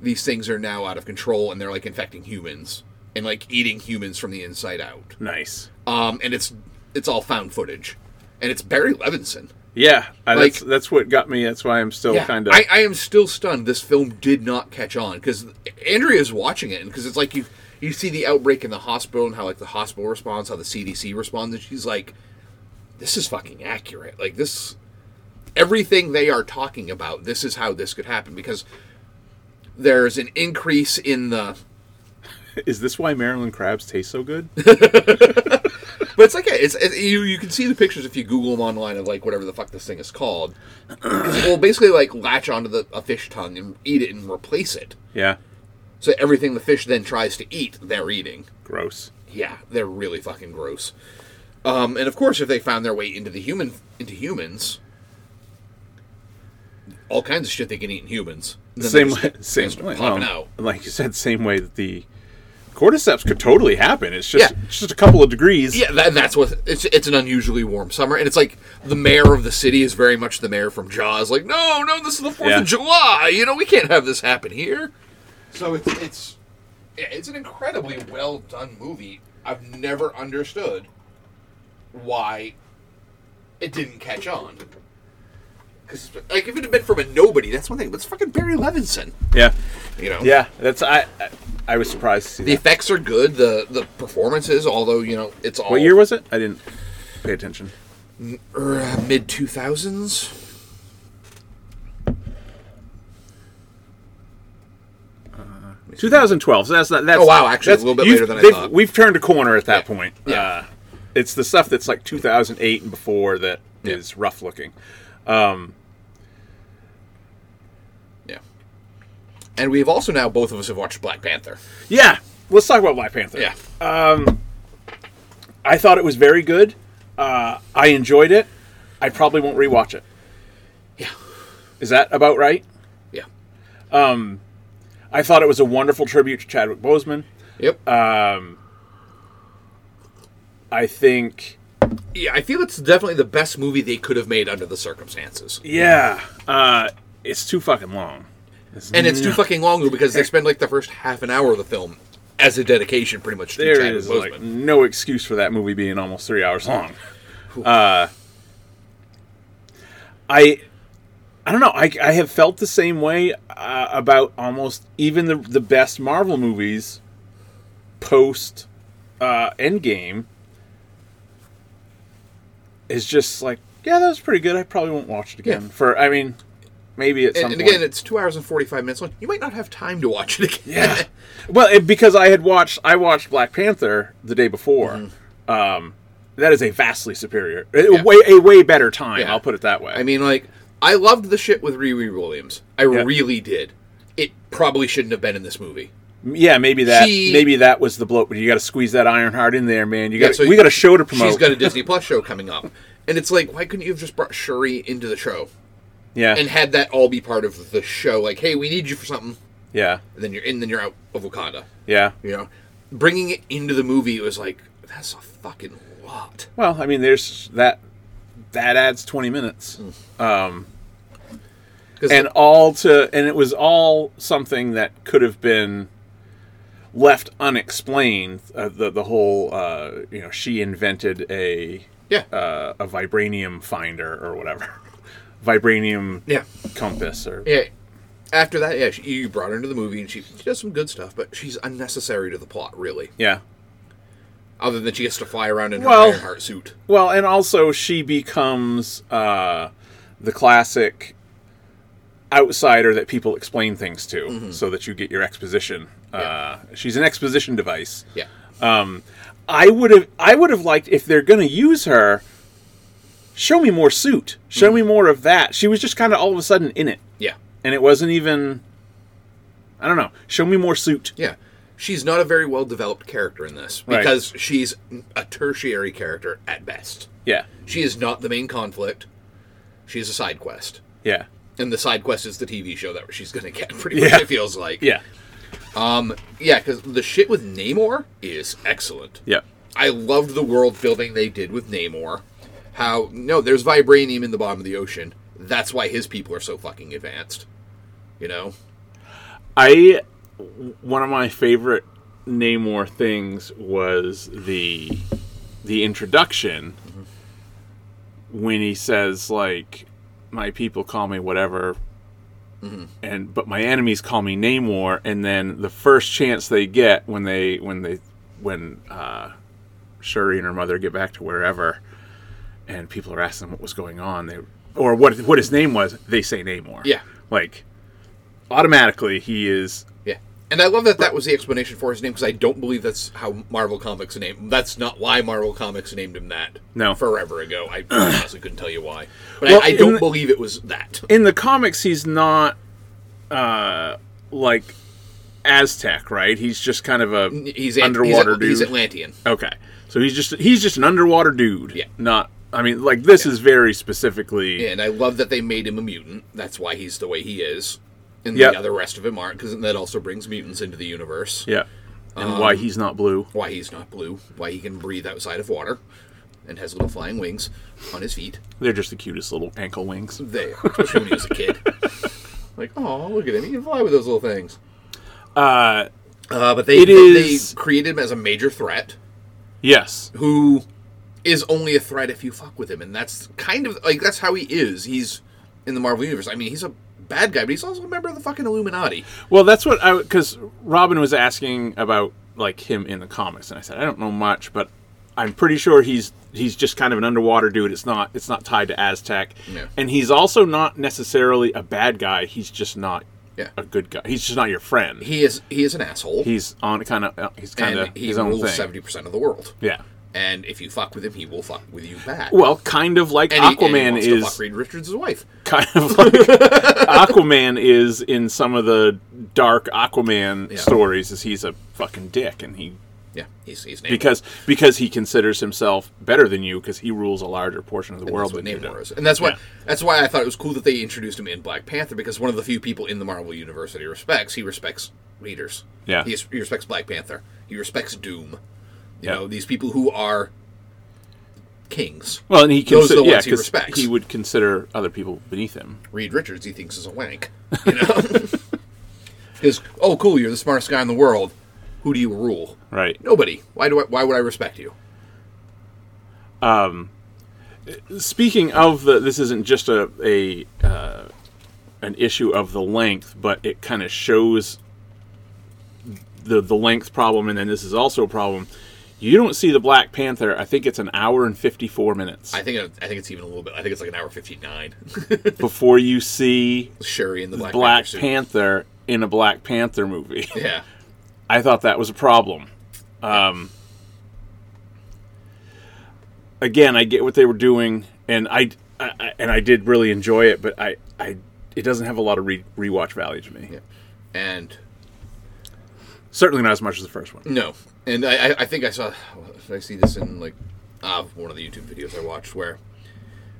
these things are now out of control and they're like infecting humans and like eating humans from the inside out. nice. Um, and it's it's all found footage, and it's Barry Levinson. Yeah, I, Like- that's that's what got me. That's why I'm still Yeah, kind of. I, I am still stunned. This film did not catch on because Andrea's watching it, and because it's like you you see the outbreak in the hospital and how like the hospital responds, how the CDC responds, and she's like, "This is fucking accurate. Like this, everything they are talking about. This is how this could happen because there's an increase in the." Is this why Maryland crabs taste so good? But it's like it's it, you you can see the pictures if you Google them online of like whatever the fuck this thing is called. 'Cause it will basically like latch onto the a fish tongue and eat it and replace it. yeah, So everything the fish then tries to eat, they're eating. gross. Yeah, they're really fucking gross. Um, and of course, if they found their way into the human into humans, all kinds of shit they can eat in humans. Then they same just- way, they same just way. Um, popping well, out. Like you said, same way that the cordyceps could totally happen. It's just Yeah. it's just a couple of degrees. Yeah, that, that's what it's. It's an unusually warm summer, and it's like the mayor of the city is very much the mayor from Jaws. Like, no, no, this is the Fourth Yeah. of July. You know, we can't have this happen here. So it's it's yeah, it's an incredibly well done movie. I've never understood why it didn't catch on. Because like, if it had been from a nobody, that's one thing. But it's fucking Barry Levinson. yeah, You know. yeah. That's I. I, I was surprised to see The that. effects are good. The the performances, although you know, it's all What year was it? I didn't pay attention. mid two er, thousands. Two thousand twelve. So that's not. That's, Oh, wow, actually, that's- a little bit you've- later than I they've- thought. We've turned a corner at that Yeah. point. Yeah. Uh, it's the stuff that's like two thousand eight and before that is Yeah. rough looking. Yeah. And we have also now both of us have watched Black Panther. Yeah, let's talk about Black Panther. Yeah. I thought it was very good. Uh, I enjoyed it. I probably won't rewatch it. Yeah. Is that about right? Yeah. I thought it was a wonderful tribute to Chadwick Boseman. Yep. Uh, I think, yeah, I feel it's definitely the best movie they could have made under the circumstances. yeah, uh, it's too fucking long. And it's too fucking long because they spend like the first half an hour of the film as a dedication pretty much to There Chadwick is Boseman. like no excuse for that movie being almost three hours long. Uh, I, I don't know. I, I have felt the same way uh, about almost even the the best Marvel movies post uh, Endgame. Is just like yeah, that was pretty good. I probably won't watch it again. Yeah. For I mean, maybe at some and, and point. again, it's two hours and forty five minutes long. You might not have time to watch it again. Yeah. Well, it, because I had watched I watched Black Panther the day before. Um, that is a vastly superior, a Mm-hmm. Yeah. way a way better time. Yeah. I'll put it that way. I mean, like, I loved the shit with Riri Williams. I really did. It probably shouldn't have been in this movie. yeah, maybe that she- maybe that was the blow. But you got to squeeze that iron heart in there, man. You got Yeah, so we got a show to promote. She's got a Disney Plus show coming up. And it's like, why couldn't you have just brought Shuri into the show yeah, and had that all be part of the show? Like, hey, we need you for something. yeah, And then you're in, then you're out of Wakanda. yeah. You know, bringing it into the movie was like, that's a fucking lot. Well, I mean, there's that. That adds twenty minutes, Mm-hmm. Because and all to and it was all something that could have been left unexplained. Uh, the the whole uh, you know she invented a yeah, uh, a vibranium finder or whatever, vibranium yeah, compass or yeah. After that, yeah, she, you brought her into the movie, and she, she does some good stuff, but she's unnecessary to the plot, really. yeah. Other than she gets to fly around in her Well- Ironheart suit. Well, and also she becomes uh, the classic outsider that people explain things to, Mm-hmm. so that you get your exposition. Uh, she's an exposition device. Yeah, I would have I would have liked if they're going to use her. Show me more suit. Show Mm-hmm. me more of that. She was just kind of all of a sudden in it, yeah, and it wasn't even. I don't know. Show me more suit. Yeah. She's not a very well developed character in this Right. because she's a tertiary character at best. Yeah. She is not the main conflict. She is a side quest. Yeah. And the side quest is the TV show that she's going to get, pretty Yeah. much, it feels like. Yeah. Yeah, because the shit with Namor is excellent. Yeah. I loved the world building they did with Namor. How, no, there's vibranium in the bottom of the ocean. That's why his people are so fucking advanced. You know? I one of my favorite Namor things was the the introduction when he says like my people call me whatever and but my enemies call me name war and then the first chance they get when they when they when uh shuri and her mother get back to wherever and people are asking them what was going on they or what what his name was they say namor Yeah. like automatically he is Yeah. And I love that that was the explanation for his name because I don't believe that's how Marvel Comics named. That's not why Marvel Comics named him that. No. forever ago. I honestly couldn't tell you why, but Well, I, I in don't the- believe it was that. in the comics he's not uh like aztec right he's just kind of a He's an- underwater he's, He's dude Atlantean. okay so he's just he's just an underwater dude Yeah. not i mean like this is very specifically And I love that they made him a mutant. That's why he's the way he is. And Yep. the other rest of him aren't, because that also brings mutants into the universe. yeah and why Um, he's not blue Why he's not blue, why he can breathe outside of water, and has little flying wings on his feet. they're just the cutest little ankle wings They, especially when he was a kid. Like, oh, look at him. He can fly with those little things. uh Uh, but they, It they, is- they created him as a major threat yes who is only a threat if you fuck with him. And that's kind of like, that's how he is. He's in the Marvel Universe. I mean, he's a bad guy, but he's also a member of the fucking Illuminati. well that's what i because robin was asking about like him in the comics and i said i don't know much but i'm pretty sure he's he's just kind of an underwater dude it's not it's not tied to aztec No. and he's also not necessarily a bad guy he's just not Yeah. a good guy he's just not your friend He is he is an asshole. he's on kind of he's kind of and he his own rules thing seventy percent of the world. yeah And if you fuck with him, he will fuck with you back. well kind of like and he- and he aquaman wants to is fuck Reed Richards' wife. kind of like Aquaman is in some of the dark Aquaman Yeah. stories is he's a fucking dick and he Yeah, he's he's Namor. because because he considers himself better than you because he rules a larger portion of the world that's what than you do. Namor is, and that's why Yeah. that's why I thought it was cool that they introduced him in Black Panther because one of the few people in the Marvel universe that he respects, he respects readers. Yeah. he, he respects Black Panther. He respects Doom. You Yeah. know these people who are kings. Well, and he Those are the considers yeah, ones he 'cause respects. he would consider other people beneath him. Reed Richards he thinks is a wank. You know? Because, oh, cool, you're the smartest guy in the world. Who do you rule? Right. Nobody. Why do I, Why would I respect you? Speaking of the, this isn't just a a uh, an issue of the length, but it kind of shows the the length problem, and then this is also a problem. You don't see the Black Panther. I think it's an hour and fifty four minutes I think it- I think it's even a little bit. I think it's like an hour fifty nine. before you see Sherry in the Black, Black Panther. suit. Panther in a Black Panther movie. yeah. I thought that was a problem. Um, again, I get what they were doing, and I, I I- and I did really enjoy it, but I, I it doesn't have a lot of re- rewatch value to me. yeah, and Certainly not as much as the first one. no, and I, I- I think I saw. Did I see this in like uh, one of the YouTube videos I watched where.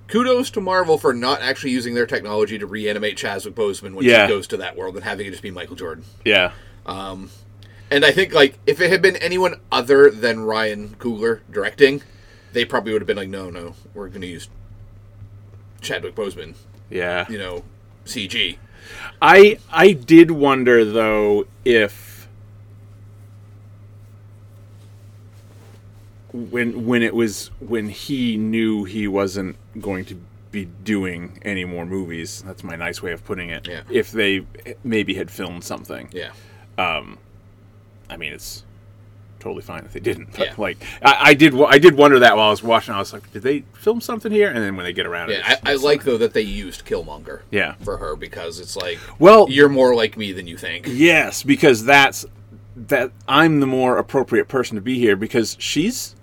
Kudos to Marvel for not actually using their technology to reanimate Chadwick Boseman when Yeah. he goes to that world and having it just be Michael Jordan. Yeah, And I think like if it had been anyone other than Ryan Coogler directing, they probably would have been like, no, no, we're going to use Chadwick Boseman, yeah. you know, CG. I I did wonder though if when when it was when he knew he wasn't going to be doing any more movies. That's my nice way of putting it. Yeah. If they maybe had filmed something. Yeah, I mean, it's totally fine if they didn't. But Yeah. like, I, I did wo- I did wonder that while I was watching. I was like, did they film something here? And then when they get around, it, yeah. it's- I, I it's like though that they used Killmonger. Yeah. for her because it's like, Well- you're more like me than you think. Yes, because that's that I'm the more appropriate person to be here because she's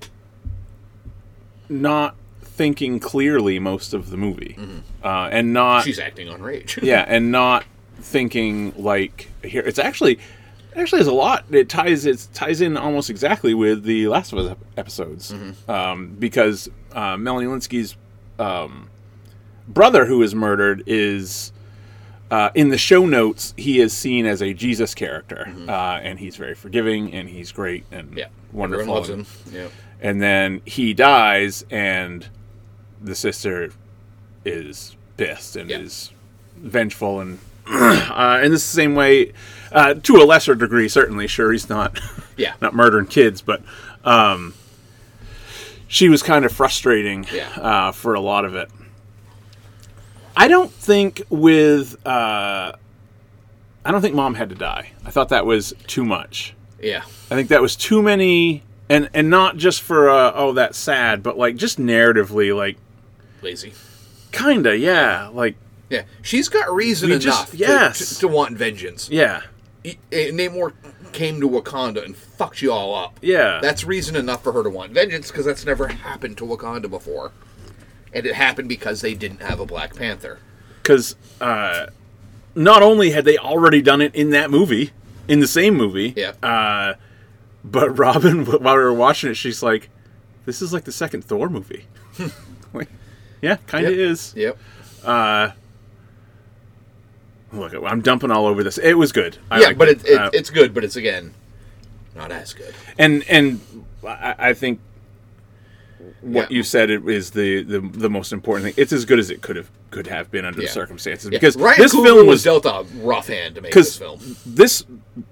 not thinking clearly most of the movie, uh, and not She's acting on rage. yeah, and not thinking like here. It's actually actually there's a lot. It ties it ties in almost exactly with the Last of Us ep- episodes Mm-hmm. um, because uh, Melanie Linsky's um, brother, who is murdered, is. Uh, in the show notes, he is seen as a Jesus character, uh, and he's very forgiving, and he's great, and Mm-hmm. yeah. wonderful. Everyone loves and- him. Yeah, and then he dies and the sister is pissed and Yeah. is vengeful and uh, and this is the same way uh, to a lesser degree certainly sure he's not yeah. not murdering kids but um, she was kind of frustrating Yeah. uh, for a lot of it. I don't think with uh, I don't think mom had to die. I thought that was too much. Yeah. I think that was too many, and and not just for uh, oh that's sad, but like just narratively, like Lazy. kinda yeah, like Yeah. She's got reason We enough just- to- yes. to, to want vengeance. yeah, E- and Namor came to Wakanda and fucked you all up. Yeah. That's reason enough for her to want vengeance because that's never happened to Wakanda before. And it happened because they didn't have a Black Panther. because uh, not only had they already done it in that movie, in the same movie, Yeah. but Robin, while we were watching it, she's like, "This is like the second Thor movie." Like, yeah, kind of Yep. is. Yep. Look, I'm dumping all over this. It was good. I yeah, liked but it, it, Uh, it's good, but it's again not as good. and and I, I think what Yeah. you said it is the, the the most important thing. It's as good as it could have could have been under Yeah. the circumstances Yeah. because Ryan this Coogler film was was dealt a rough hand to make this because film. this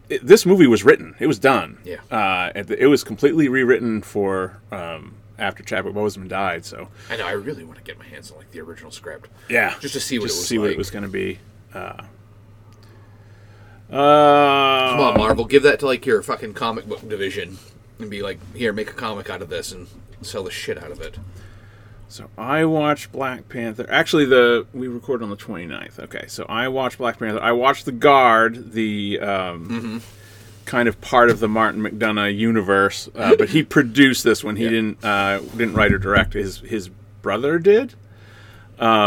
this movie was written. It was done. Yeah. uh, at the- it was completely rewritten for um, after Chadwick Boseman died. So I know. I really want to get my hands on like the original script. Yeah, Just to see what it was see what like. it was going to be. Uh, uh, Come on, Marvel, give that to like your fucking comic book division and be like, here, make a comic out of this and sell the shit out of it. So I watched Black Panther. Actually, the we recorded on the 29th. Okay, so I watched Black Panther. I watched The Guard, the um, kind of part of the Martin McDonough universe, uh, but he produced this one. He didn't uh, didn't write or direct. His his brother did. Um,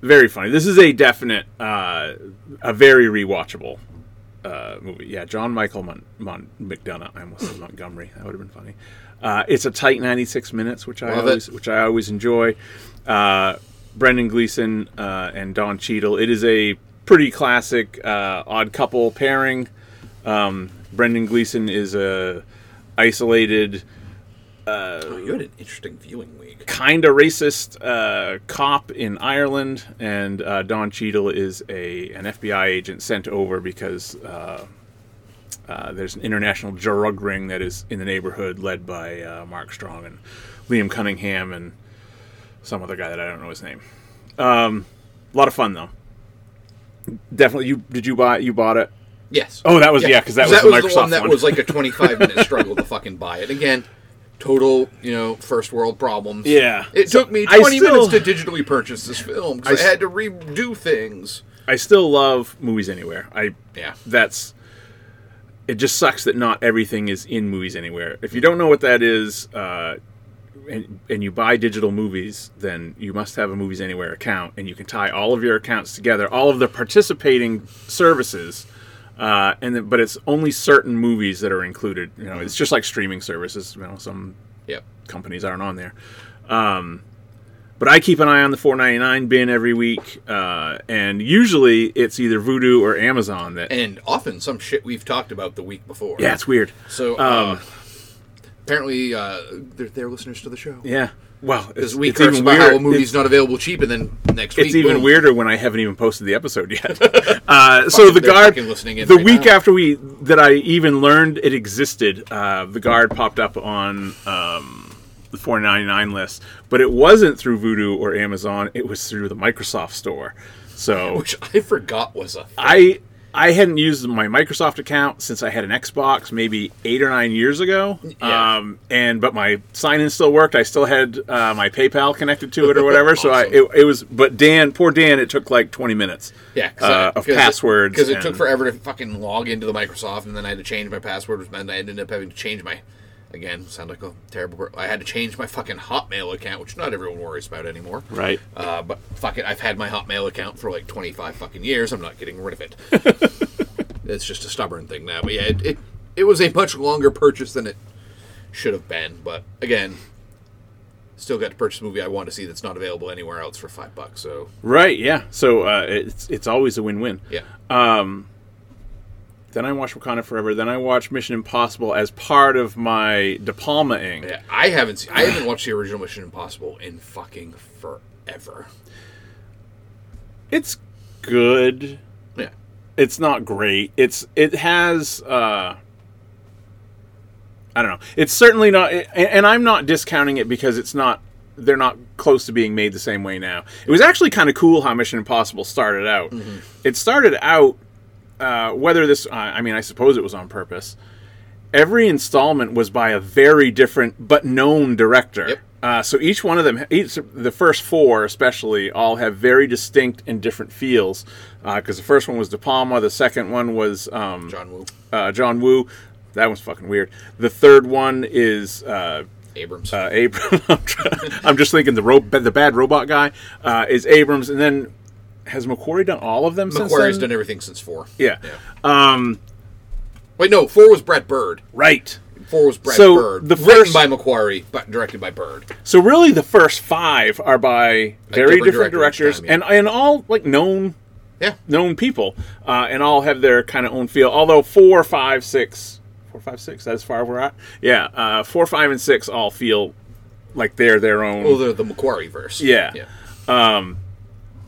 very funny. This is a definite, uh, a very rewatchable uh, movie. Yeah, John Michael Mon- Mon- McDonough. I almost said Montgomery. That would have been funny. Uh, it's a tight 96 minutes, which I Love it. always which I always enjoy. Uh, Brendan Gleeson uh, and Don Cheadle. It is a pretty classic uh, odd couple pairing. Um, Brendan Gleeson is a isolated, Oh, you had an interesting viewing week. kind of racist uh, cop in Ireland, and uh, Don Cheadle is a an FBI agent sent over because uh, uh, there's an international drug ring that is in the neighborhood, led by uh, Mark Strong and Liam Cunningham and some other guy that I don't know his name. Um, a lot of fun though. Definitely, you did you buy it? You bought it? Yes. Oh, that was- yeah, 'cause that was the the one Microsoft that one. was like a 25 minute struggle to fucking buy it. Again, total, you know, first world problems. Yeah. It took me I 20 still- minutes to digitally purchase this film I because I, s- had to redo things. I still love movies anywhere. I Yeah. that's it just sucks that not everything is in movies anywhere. If you don't know what that is, uh, and, and you buy digital movies, then you must have a movies anywhere account, and you can tie all of your accounts together, all of the participating services. Uh, and then, but it's only certain movies that are included. You know, it's just like streaming services. You know, some Yep. companies aren't on there. Um, but I keep an eye on the 4.99 bin every week, uh, and usually it's either Voodoo or Amazon that. And often some shit we've talked about the week before. yeah, it's weird. So uh, Um, apparently uh, they're, they're listeners to the show. Yeah. Well, it's, Because we it's curse even about weirder. how a movie's it's, not available cheap, and then next week it's even boom. weirder when I haven't even posted the episode yet. Uh, so the they're guard, fucking listening in the right week now. after we that I even learned it existed, uh, the guard popped up on um, the 4.99 list, but it wasn't through Voodoo or Amazon. It was through the Microsoft Store. So Which I forgot was a. I I hadn't used my Microsoft account since I had an Xbox maybe eight or nine years ago. Yeah. Um, and but my sign in still worked. I still had uh, my PayPal connected to it or whatever. So I it, it was. But Dan, poor Dan, it took like twenty minutes. Yeah, uh, of passwords Because it took and- forever to fucking log into the Microsoft, and then I had to change my password, and then I ended up having to change my. Again, sound like a terrible word. I had to change my fucking Hotmail account, which not everyone worries about anymore. Right. Uh, but fuck it, I've had my Hotmail account for like 25 fucking years. I'm not getting rid of it. it's just a stubborn thing now. But yeah, it, it, it was a much longer purchase than it should have been. But again, still got to purchase a movie I want to see that's not available anywhere else for five bucks. So Right. Yeah. So uh, it's it's always a win win. yeah. Then I watched Wakanda Forever. Then I watched Mission Impossible as part of my De Palma ing. Yeah, I haven't seen, I haven't watched the original Mission Impossible in fucking forever. It's good. Yeah. it's not great. It's it has uh I don't know. It's certainly not, and- and I'm not discounting it because it's not. They're not close to being made the same way now. It was actually kind of cool how Mission Impossible started out. It started out, uh, whether this, uh, I mean, I suppose it was on purpose. Every installment was by a very different but known director. Yep. Uh, so each one of them, each the first four especially, all have very distinct and different feels. Because the first one was De Palma, the second one was um, John Woo, uh, John Woo. That one's fucking weird. The third one is uh, Abrams. uh, Abrams. I'm, try- I'm just thinking the ro- the bad robot guy uh, is Abrams, and then has McQuarrie done all of them? since McQuarrie's then? done everything since four. Yeah. Yeah. Um, Wait, no, four was Brett Bird. right. Four was Brett So, Bird. the written first- by McQuarrie, but directed by Bird. So really, the first five are by very different different, director each directors, time, yeah. and and all like known Yeah, known people, uh, and all have their kind of own feel. Although four, five, six, four, five, six. That's far we're at. Yeah, uh, four, five, and six all feel like they're their own. well, they're Oh, the McQuarrie verse. Yeah. Um,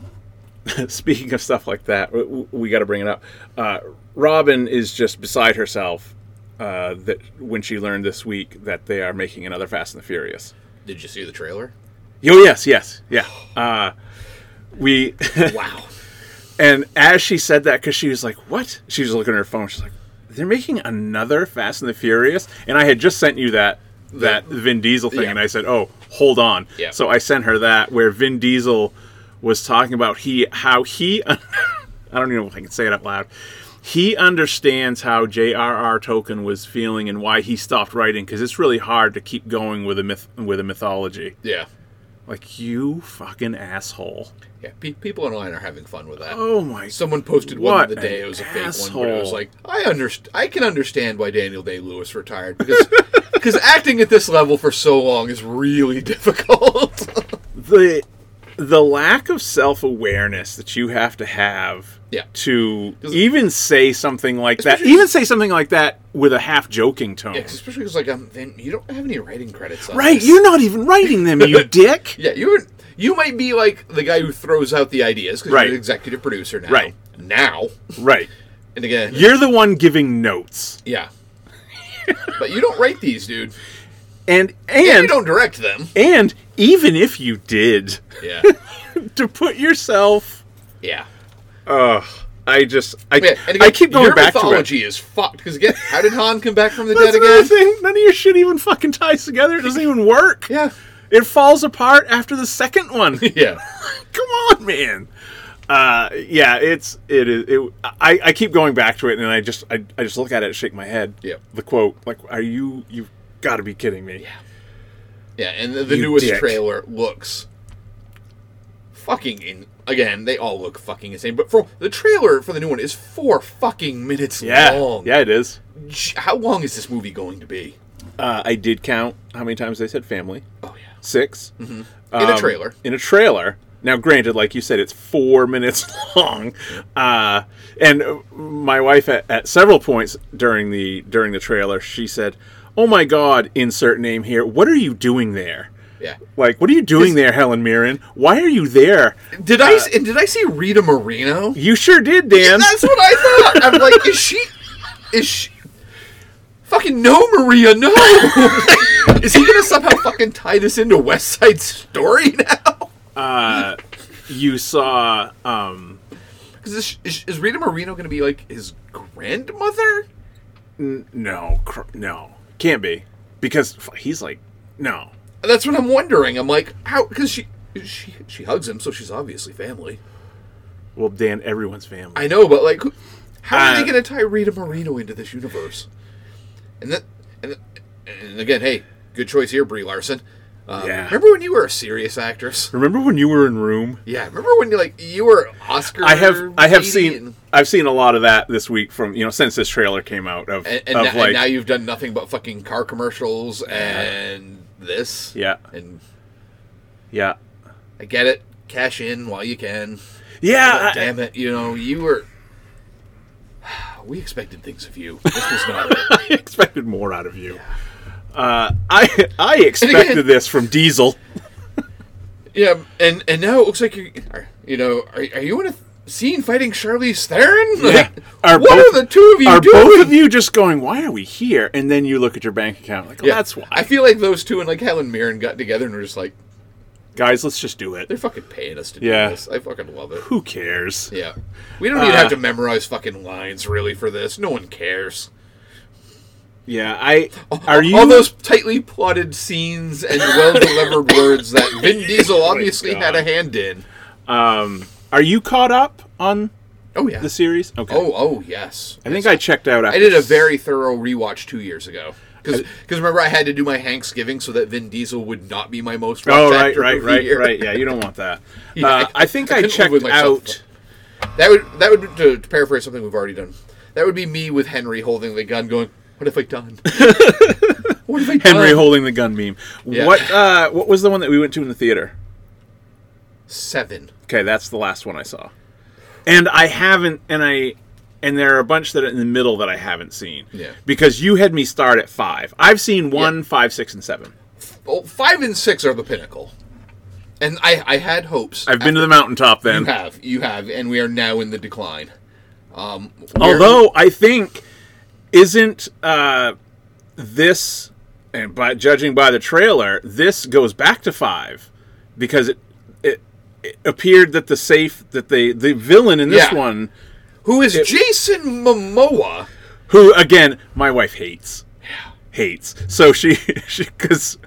yeah. speaking of stuff like that, we, we got to bring it up. Uh, Robin is just beside herself uh, that when she learned this week that they are making another Fast and the Furious. Did you see the trailer? Yo, Oh, yes, yes, yeah. Uh, we Wow. and as she said that, because she was like, "What?" She was looking at her phone. She's like, "They're making another Fast and the Furious," and I had just sent you that that Vin Diesel thing, Yeah. and I said, "Oh, hold on." Yeah. So I sent her that where Vin Diesel was talking about he how he I don't even know if I can say it out loud. He understands how J.R.R. Tolkien was feeling and why he stopped writing because it's really hard to keep going with a myth with a mythology. Yeah, Like you fucking asshole. yeah. Pe- people online are having fun with that. Oh my Someone posted one What the other day. an It was a fake one, but it was asshole. like I underst- I can understand why Daniel Day Lewis retired because because acting at this level for so long is really difficult. the the lack of self awareness that you have to have Yeah. to 'Cause- even say something like that, Especially- even say something like that with a half joking tone. yeah, 'cause especially because like um, Vin, you don't have any writing credits. On right, this. you're not even writing them, you dick. Yeah, you're you might be like the guy who throws out the ideas because Right. you're an executive producer now. Right. now Right, and again, you're the one giving notes, yeah. but you don't write these, dude. and And you and don't direct them. and even if you did, Yeah, to put yourself, yeah. I just I Yeah, and again, I keep going your back to it. mythology is fucked because again, how did Han come back from the That's dead another again? thing. None of your shit even fucking ties together. It doesn't even work. Yeah, It falls apart after the second one. yeah, come on man uh yeah it's it is it i i keep going back to it and i just i, I just look at it shake my head Yep. the quote like are you you've got to be kidding me yeah. And the, the You newest dick. trailer looks fucking in. Again, they all look fucking insane. But for the trailer for the new one is four fucking minutes yeah long. yeah it is J- How long is this movie going to be? uh i did count how many times they said family Oh yeah, 6 Mm-hmm. in a Um, trailer. in a trailer now granted like you said it's four minutes long uh, and uh, my wife at, at several points during the during the trailer she said oh my god insert name here what are you doing there Yeah. Like, what are you doing there, Helen Mirren? Why are you there? Did I s- and did I see Rita Moreno? You sure did, Dan. That's what I thought. I'm like, is she? Is she? Fucking no, Maria, no. is he gonna somehow fucking tie this into West Side Story now? Uh, You saw. Um, Because is, is, is Rita Moreno gonna be like his grandmother? no, cr- no, can't be, because f- he's like, no, That's what I'm wondering. I'm like, how? Because she she she hugs him, so she's obviously family. well, Dan, everyone's family. I know, but like, who- how are Uh, they gonna tie Rita Moreno into this universe? And that and, and again, hey, good choice here, Brie Larson. Um, Yeah. Remember when you were a serious actress? Remember when you were in room? Yeah, remember when you like you were Oscar? I have, I have lady and, seen, I've seen a lot of that this week from you know since this trailer came out of and, of and, now, like and now you've done nothing but fucking car commercials and this. Yeah. and yeah I get it. Cash in while you can. But yeah I- Oh, damn it, you know you were. We expected things of you. This was not it. I expected more out of you. Uh, I I expected this from Diesel. Yeah, and and now it looks like you. are You know, are, are you in a seen fighting Charlize Theron? Yeah. Like, Are what both- are the two of you Are doing? both of you just going, why are we here? And then you look at your bank account, like, oh, Yeah. that's why. I feel like those two and like Helen Mirren got together and were just like, Guys, let's just do it. they're fucking paying us to Yeah. do this. I fucking love it. Who Uh, cares? Yeah. We don't even have to memorize fucking lines really for this. No one cares. Yeah, I. Are you. All those tightly plotted scenes and well delivered words that Vin Diesel obviously Oh God. had a hand in. Are you caught up on Oh yeah. the series? Okay. Oh oh yes. I think I checked out after. I did a very thorough rewatch two years ago. Because remember I had to do my Thanksgiving so that Vin Diesel would not be my most watched Oh, right, actor right, of the right, year. right. Yeah, you don't want that. Yeah, uh, I think I I, couldn't live with checked myself. out. That would that would to, to paraphrase something we've already done. That would be me with Henry holding the gun, going, "What have I done? what have I done?" Henry holding the gun meme. Oh. Yeah. What uh, what was the one that we went to in the theater? seven. Okay, that's the last one I saw. And I haven't and I and there are a bunch that are in the middle that I haven't seen. Yeah. Because you had me start at five. I've seen one, five, six, and seven. Oh, five and six are the pinnacle, and I I had hopes. I've been to the mountaintop you then. have you have, and we are now in the decline. Um, we're- Although I think isn't uh, this and by judging by the trailer, this goes back to five because it it, it appeared that the safe that they the villain in this Yeah. one who is Jason Momoa? who again my wife hates hates so she she because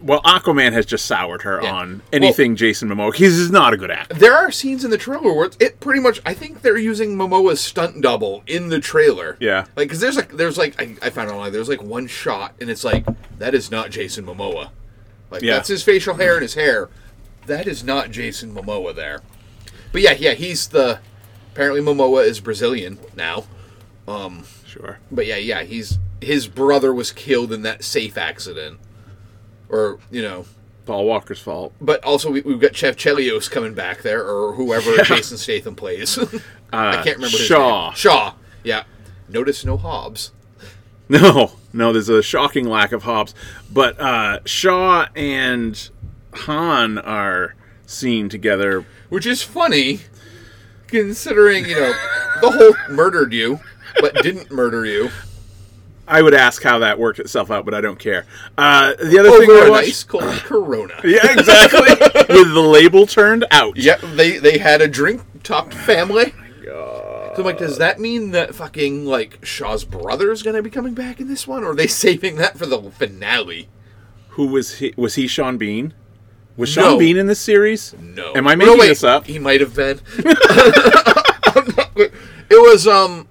well aquaman has just soured her Yeah. on anything jason momoa he's just not a good actor There are scenes in the trailer where it pretty much. I think they're using Momoa's stunt double in the trailer. Yeah. Like, cause there's like there's like I, I found online there's like one shot and it's like that is not Jason Momoa. Like Yeah. that's his facial hair and his hair. That is not Jason Momoa there. But yeah, yeah, he's the. Apparently Momoa is Brazilian now. sure But yeah, yeah, he's his brother was killed in that safe accident, or you know. paul walker's fault But also we, we've got Chef Chelios coming back there, or whoever Jason Statham plays. I can't remember Uh, his Shaw. name. Shaw. Yeah. Notice no Hobbs. no no there's a shocking lack of hobbs but uh shaw and han are seen together which is funny considering you know the whole murdered you but didn't murder you i would ask how that worked itself out but i don't care uh the other thing over I an watched- ice cold Corona. yeah exactly with the label turned out Yep, they they had a drink topped family. Oh So I'm like, does that mean that fucking like Shaw's brother is gonna be coming back in this one, or are they saving that for the finale? who was he was he sean bean was sean No. bean in this series No. am i No, making wait, this up He might have been. I'm not- it was um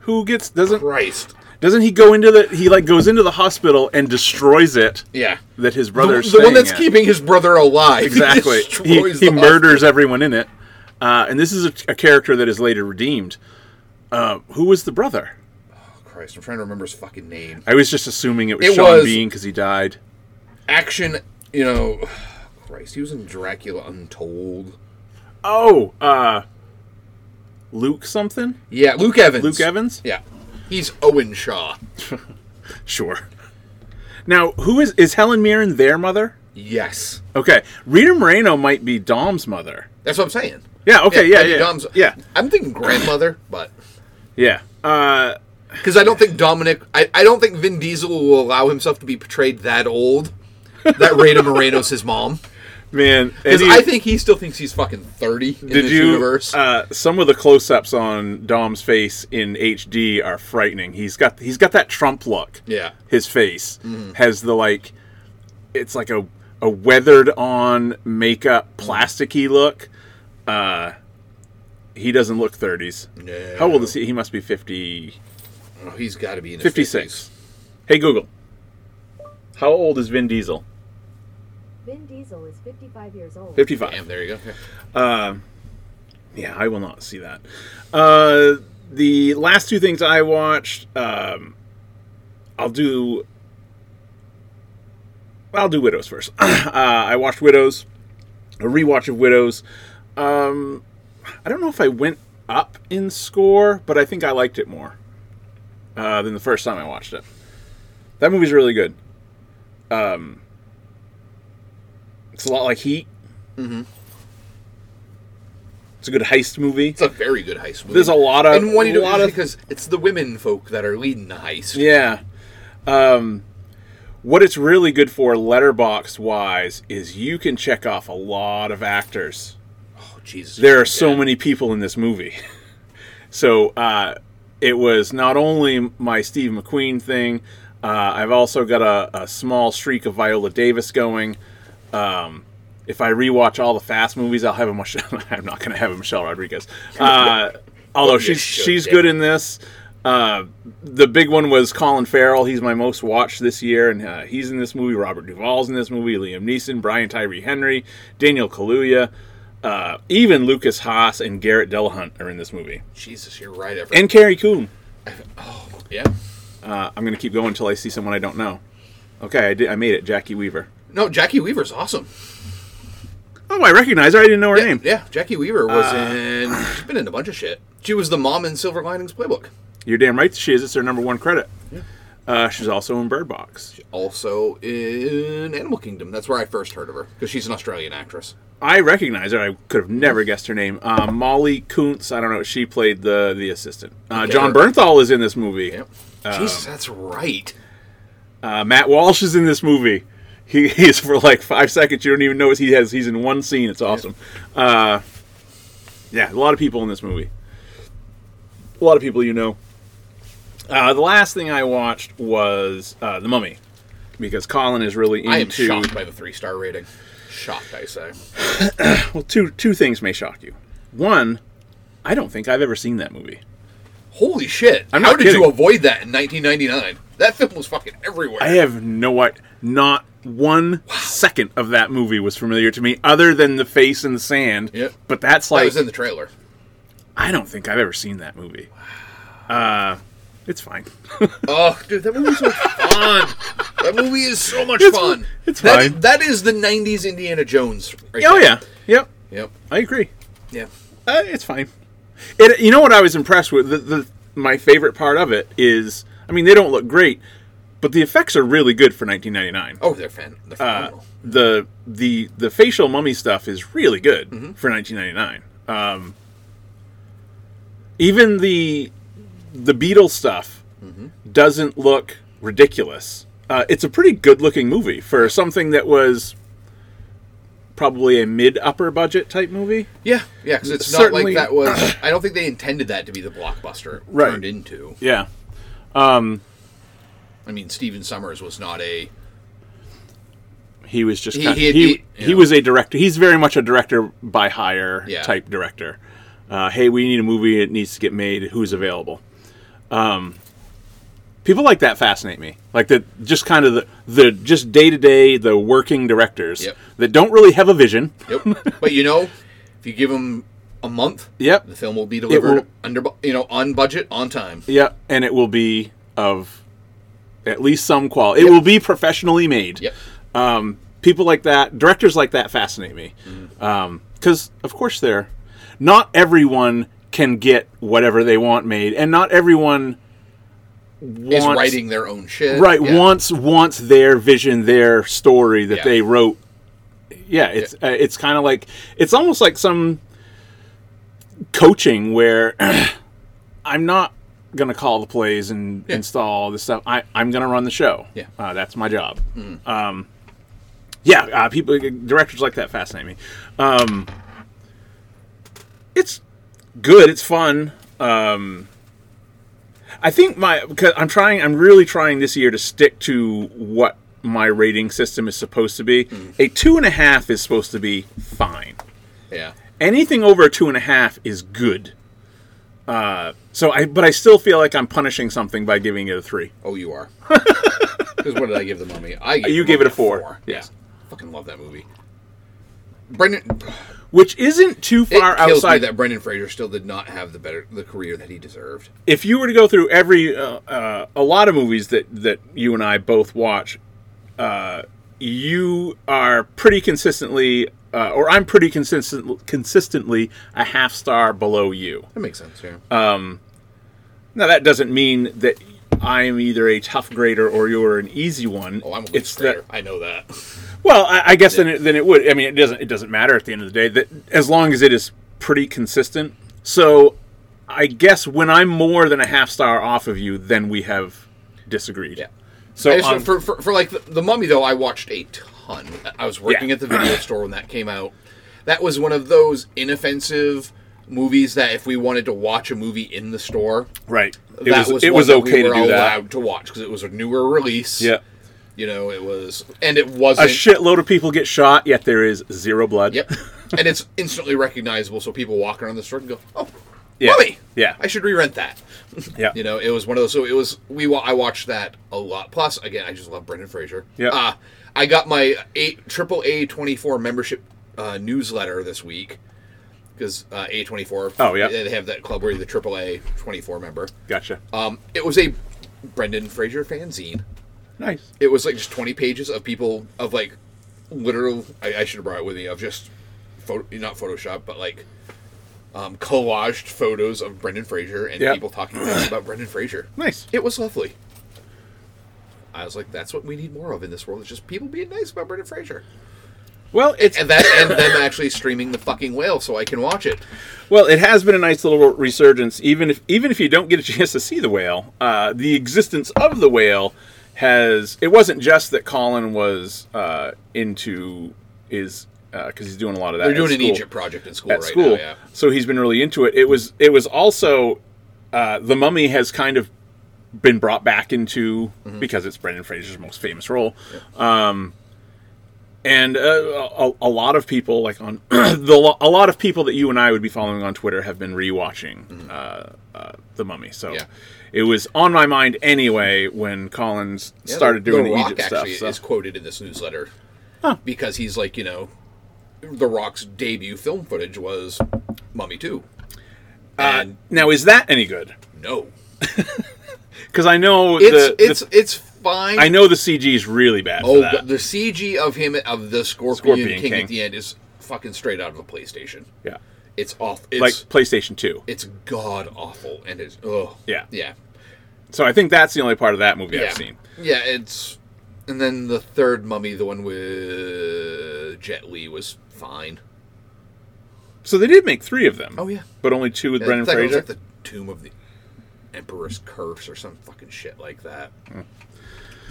who gets doesn't Christ. doesn't he go into the he like goes into the hospital and destroys it Yeah. that his The, brother's the one that's at. keeping his brother alive. exactly he, destroys he the hospital. murders everyone in it uh, and this is a, a character that is later redeemed uh, who was the brother Christ, I'm trying to remember his fucking name. I was just assuming it was It Sean was- Bean because he died. Action, you know, Christ, he was in Dracula Untold. Oh, uh, Luke something? Yeah, Luke Evans. Luke Evans? Yeah, he's Owen Shaw. Sure. Now, who is is Helen Mirren their mother? Yes, Okay, Rita Moreno might be Dom's mother. that's what I'm saying. Yeah. Okay. Yeah. I mean, Yeah. Dom's- yeah. I'm thinking grandmother, but Yeah. Uh, because I don't think Dominic, I, I don't think Vin Diesel will allow himself to be portrayed that old. That Rita Moreno's his mom. man, Because Eddie, I think he still thinks he's fucking thirty in did this you? universe. Uh, some of the close-ups on Dom's face in HD are frightening. He's got he's got that Trump look. Yeah. Mm-hmm. His face has the like, it's like a a weathered-on makeup plasticky look. Uh, he doesn't look thirties. No. How old is he? He must be 50, Oh, he's got to be in his 56. Hey Google, how old is Vin Diesel? Vin Diesel is 55 years old. Fifty-five. 50s. Damn, there you go. Yeah, I will not see that. Uh, the last two things I watched, um, I'll do. I'll do Widows first. uh, I watched Widows, a rewatch of Widows. Um, I don't know if I went up in score, but I think I liked it more uh, than the first time I watched it. That movie's really good. Um, it's a lot like Heat. It's a good heist movie. It's a very good heist movie. There's a lot of- and one you a don't lot usually of- because it's the women folk that are leading the heist. Yeah. Um, what it's really good for, letterbox wise, is you can check off a lot of actors. Oh, Jesus, There are so Yeah. many people in this movie. so uh, it was not only my Steve McQueen thing, uh, I've also got a, a small streak of Viola Davis going. Um, if I rewatch all the Fast movies, I'll have a Michelle. I'm not going to have a Michelle Rodriguez. Uh, although You she's should, she's Oh, yeah. good in this. Uh, the big one was Colin Farrell. He's my most watched this year, and uh, he's in this movie. Robert Duvall's in this movie. Liam Neeson, Brian Tyree Henry, Daniel Kaluuya, uh, even Lucas Haas and Garrett Delahunt are in this movie, Jesus, you're right. Everett. and Carrie Coon. yeah, Uh, I'm going to keep going until I see someone I don't know. Okay, I did. I made it. Jackie Weaver. no, Jackie Weaver's awesome. Oh, I recognize her. I didn't know her Yeah, name. yeah, Jackie Weaver was Uh, in. She's been in a bunch of shit. She was the mom in Silver Linings Playbook. You're damn right. She is. It's her number one credit. Uh, she's also in Bird Box. Also in Animal Kingdom. That's where I first heard of her because she's an Australian actress. I recognize her. I could have never guessed her name. Uh, Molly Kuntz. I don't know. She played the the assistant. Uh, Okay. John Bernthal is in this movie. Yep. Jesus, that's right. Uh, Matt Walsh is in this movie. He he is for like five seconds. You don't even notice he has. He's in one scene. It's awesome. Yeah. Uh, yeah, a lot of people in this movie. A lot of people you know. Uh, the last thing I watched was uh, The Mummy, because Colin is really into. I am shocked by the three star rating. Shocked, I say. Well, two two things may shock you. One, I don't think I've ever seen that movie. Holy shit! I'm How not did kidding. you avoid that in 1999? That film was fucking everywhere. I have no I not one second of that movie was familiar to me other than the face in the sand. Yep. But that's that like was in the trailer. I don't think I've ever seen that movie. Uh it's fine. Oh, dude, that movie's so much fun. That movie is so much It's- fun. it's That- fine. That is the 90s Indiana Jones. Right oh there. yeah. Yep. Yep. I agree. Yeah. Uh, it's fine. It, you know what I was impressed with? The, the my favorite part of it is I mean they don't look great, but the effects are really good for 1999. Oh, they're, fan- Uh, they're phenomenal. the the the facial mummy stuff is really good for 1999. Um, even the the beetle stuff doesn't look ridiculous. Uh, it's a pretty good looking movie for something that was probably a mid upper budget type movie. yeah, yeah, because it's not certainly- like that was. I don't think they intended that to be the blockbuster it Right. turned into. Yeah, I mean, Steven Summers was not a. he was just He- kind of, he he, had- he, he- yeah. was a director. He's very much a director by hire Yeah. type director. Uh, hey, we need a movie. It needs to get made. Who's available? Um, people like that fascinate me. Like the just kind of the, the just day to day the working directors Yep. that don't really have a vision. Yep. but you know, if you give him a month, Yep. the film will be delivered will- under, bu- you know, on budget, on time. Yeah, and it will be of at least some quality. It will be professionally made. Yep. um, people like that, directors like that fascinate me. Mm-hmm. Because, of course, they're not everyone can get whatever they want made, and not everyone wants, Is writing their own shit. right Yeah. wants wants their vision, their story that Yeah. they wrote. Yeah, it's Uh, it's kind of like it's almost like some coaching where I'm not gonna call the plays and Yeah. install all this stuff. I, I'm gonna run the show. Yeah. Mm-hmm. uh, that's my job. Um, yeah, uh, people directors like that fascinate me. Um, it's good. It's fun. Um, I think my because I'm trying. I'm really trying this year to stick to what my rating system is supposed to be. Mm-hmm. A two and a half is supposed to be fine Yeah. anything over a two and a half is good. Uh, so I, but I still feel like I'm punishing something by giving it a three. Oh, you are. Because what did I give the mummy? I gave You The gave it Mummy a four. Yeah. Yes. Fucking love that movie. Brendan, Which isn't too it far kills me outside. that Brendan Fraser still did not have the better the career that he deserved. if you were to go through every uh, uh, a lot of movies that that you and I both watch, uh, you are pretty consistently, uh, or I'm pretty consistent consistently a half star below you. That makes sense. Yeah. Now that doesn't mean that I'm either a tough grader or you're an easy one. oh, I'm a weak It's that grader. I know that. Well, I, I guess then it, then it would. I mean, it doesn't it doesn't matter at the end of the day. That as long as it is pretty consistent. So I guess when I'm more than a half star off of you, then we have disagreed. Yeah. So um, I just, on- for, for, for like the, the Mummy though, I watched a ton. I was working Yeah. at the video store when that came out. That was one of those inoffensive movies that if we wanted to watch a movie in the store, right, it that was, was it one was that okay we to were do that. allowed to watch because it was a newer release. Yeah. you know it was, and it A wasn't. shitload of people get shot, yet there is zero blood. Yep, and it's instantly recognizable. So people walk around the store and go, "Oh, Yeah. Mummy! Yeah. I should re-rent that." Yeah. You know, it was one of those. So it was we. wa- I watched that a lot. Plus, again, I just love Brendan Fraser. Yeah. Uh, I got my eight triple A twenty four membership uh, newsletter this week because uh, A twenty four. Oh, yeah. They have that club where you're the triple A twenty four member. Gotcha. Um, it was a Brendan Fraser fanzine. Nice. It was like just twenty pages of people of like literal. I, I should have brought it with me of just photo, not Photoshop, but like. Um, collaged photos of Brendan Fraser and Yeah. people talking bad about Brendan Fraser. Nice. It was lovely. I was like, that's what we need more of in this world. It's just people being nice about Brendan Fraser. Well, it's And that and them actually streaming the fucking whale so I can watch it. Well, it has been a nice little resurgence. Even if even if you don't get a chance to see the whale, uh, the existence of the whale has. It wasn't just that Colin was uh, into is because he's doing a lot of that. They're at doing an school- Egypt project in school at right school, now, yeah. so he's been really into it. It was it was also uh, the Mummy has kind of been brought back into Mm-hmm. because it's Brendan Fraser's most famous role. Um, and uh, a, a lot of people, like on the, lo- a lot of people that you and I would be following on Twitter, have been rewatching uh, uh, the Mummy. So Mm-hmm. Yeah. it was on my mind anyway when Collins Yeah, started The- doing the the, Rock Egypt stuff. actually so- is quoted in this newsletter because he's like, you know, The Rock's debut film footage was Mummy Two, and uh, Now, is that any good? no, Because I know it's the, the- it's it's fine. I know the CG is really bad. Oh, for that. God, the CG of him of the Scorpion, Scorpion King, King. at the end is fucking straight out of a PlayStation. Yeah. It's off. It's Like PlayStation 2. it's god awful and it's oh Yeah. yeah So I think that's the only part of that movie yeah I've seen. yeah it's and then the third mummy the one with Jet Li was fine So they did make three of them. Oh, yeah. But only two with And Brendan it's like- it was Fraser. like the tomb of the emperor's curse or some fucking shit like that Hmm.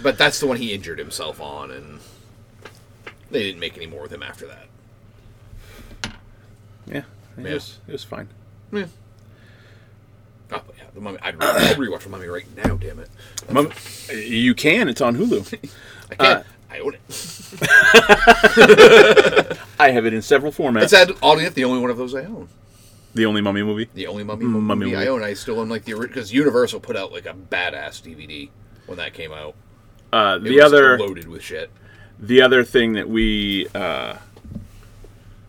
but that's the one he injured himself on and they didn't make any more with him after that yeah. It, Yeah. Was, it was fine. oh yeah the mummy I'd re- I'll rewatch the mummy right now damn it Mum- you can. It's on Hulu. I can't Uh, I own it I have it in several formats. it's that oddly enough the only one of those I own the only Mummy movie? The only Mummy, Mm, movie Mummy I movie. own. I still own like the original because Universal put out like a badass DVD when that came out. Uh, It the was other loaded with shit. the other thing that we uh,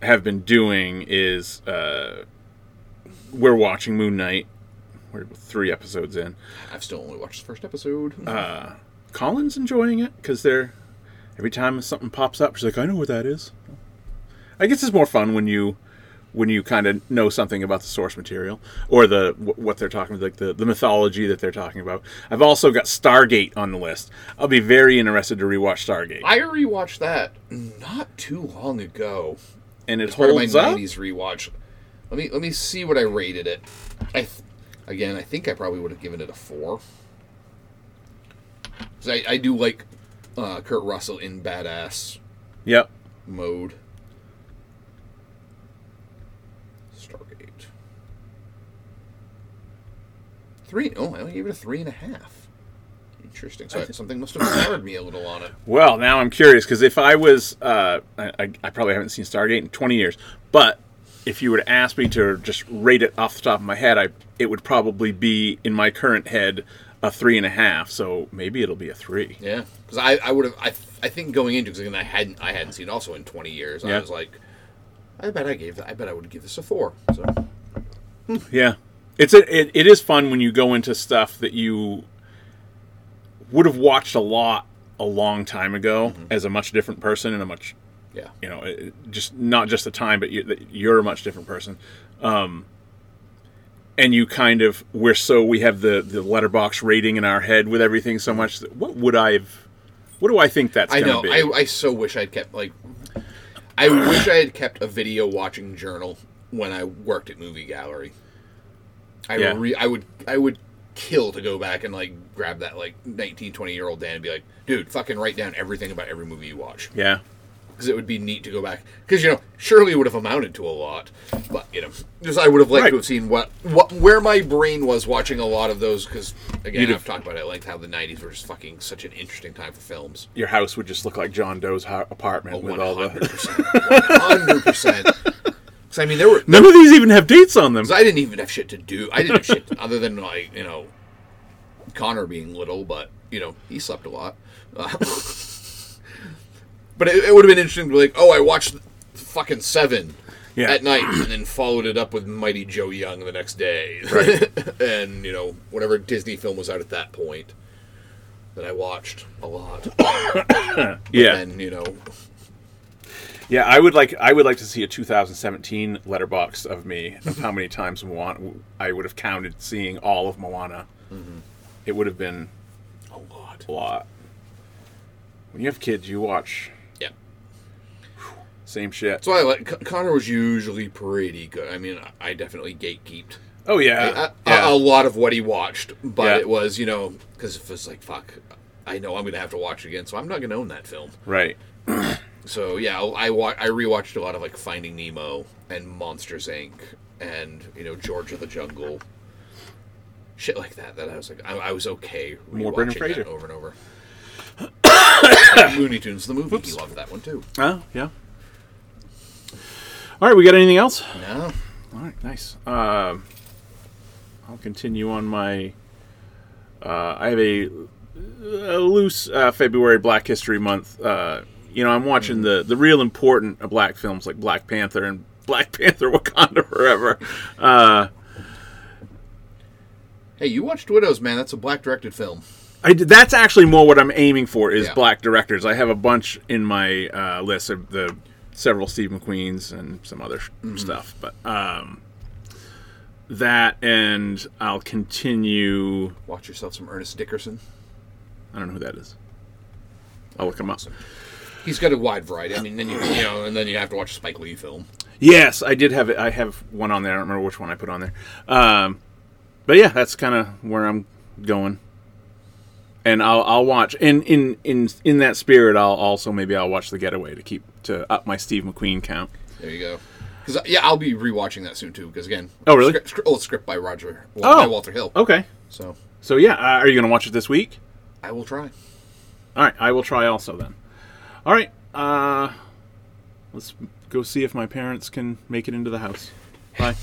have been doing is uh, we're watching Moon Knight. We're three episodes in. I've still only watched the first episode. Uh, Colin's enjoying it because they're every time something pops up, she's like, "I know what that is." I guess it's more fun when you when you kind of know something about the source material or the wh- what they're talking about, like the, the mythology that they're talking about. I've also got Stargate on the list. I'll be very interested to rewatch Stargate, I rewatched that not too long ago. and it Part of my holds up. '90s rewatch. Let me let me see what I rated it. I th- again, I think I probably would have given it a four. 'Cause I, I do like uh, Kurt Russell in badass Yep. mode. Stargate. Three. Oh, I only gave it a three and a half. Interesting. So something must have scarred me a little on it. Well, now I'm curious because if I was, uh, I, I- I probably haven't seen Stargate in 20 years, but if you were to ask me to just rate it off the top of my head, I it would probably be in my current head a three and a half. So maybe it'll be a three. Yeah. Because I, I would have. I, I think going into because I hadn't I hadn't seen it also in twenty years. Yeah. I was like, I bet I gave. that- I bet I would give this a four. So Yeah, it's a, it, it is fun when you go into stuff that you would have watched a lot a long time ago as a much different person and a much yeah. you know, it- it- just not just the time, but you, that you're a much different person. Um, and you kind of we're so we have the the letterbox rating in our head with everything so much that what would I've what do I think that's I going know. to be? I, I so wish I'd kept like. I wish I had kept a video watching journal when I worked at movie gallery. I Yeah. re- I would I would kill to go back and like grab that like 19 20 year old Dan and be like, dude, fucking write down everything about every movie you watch Yeah. because it would be neat to go back because you know surely it would have amounted to a lot, but you know just I would have liked Right. to have seen what what where my brain was watching a lot of those because again You'd I've have- talked about it at length how the 90s were just fucking such an interesting time for films. Your house would just look like John Doe's ho- Oh, apartment with all the. 100 percent. Because I mean, there were None of these even have dates on them. 'cause I didn't even have shit to do. I didn't have shit other than like you know, Connor being little, but you know he slept a lot. Uh, but it, it would have been interesting to be like, oh, I watched fucking Seven Yeah. at night, and then followed it up with Mighty Joe Young the next day, and you know whatever Disney film was out at that point that I watched a lot. yeah. and you know, Yeah, I would like I would like to see a 2017 letterbox of me of how many times Moana I would have counted seeing all of Moana. Mm-hmm. It would have been a lot. a lot. When you have kids, you watch Yeah. same shit. So I like Con- Connor was usually pretty good. I mean, I- I definitely gatekeeped Oh yeah, a, a- yeah. a lot of what he watched, but Yeah. it was you know because it was like fuck, I know I'm gonna have to watch it again, so I'm not gonna own that film. right. So yeah, I wa- I rewatched a lot of like Finding Nemo and Monsters Inc. and you know George of the Jungle, shit like that. That I was like I, I was okay More rewatching Brendan that Fraser. over and over. Looney Tunes the movie, he loved that one too. Oh yeah. All right, we got anything else? No, All right, nice. Um, I'll continue on my. Uh, I have a, a loose uh, February Black History Month. Uh, you know, I'm watching the the real important black films like Black Panther and Black Panther Wakanda Forever. Uh, hey, you watched Widows, man? That's a black directed film. I did, that's actually more what I'm aiming for is Yeah. black directors. I have a bunch in my uh, list of the several Steve McQueens and some other sh stuff, but um, that and I'll continue. Watch yourself some Ernest Dickerson. I don't know who that is. I'll look him up. He's got a wide variety. I mean, then you you know, and then you have to watch a Spike Lee film. Yes, I did have it. I have one on there. I don't remember which one I put on there. Um, but yeah, that's kind of where I'm going. And I'll, I'll watch. And in in in that spirit, I'll also maybe I'll watch The Getaway to keep to up my Steve McQueen count. There you go. 'Cause, uh, yeah, I'll be rewatching that soon too. Because again, Oh, really? Script, script- old script by Roger, well, Oh. by Walter Hill. Okay. So So yeah, uh, are you going to watch it this week? I will try. All right, I will try also then. All right. Uh, let's go see if my parents can make it into the house. Bye.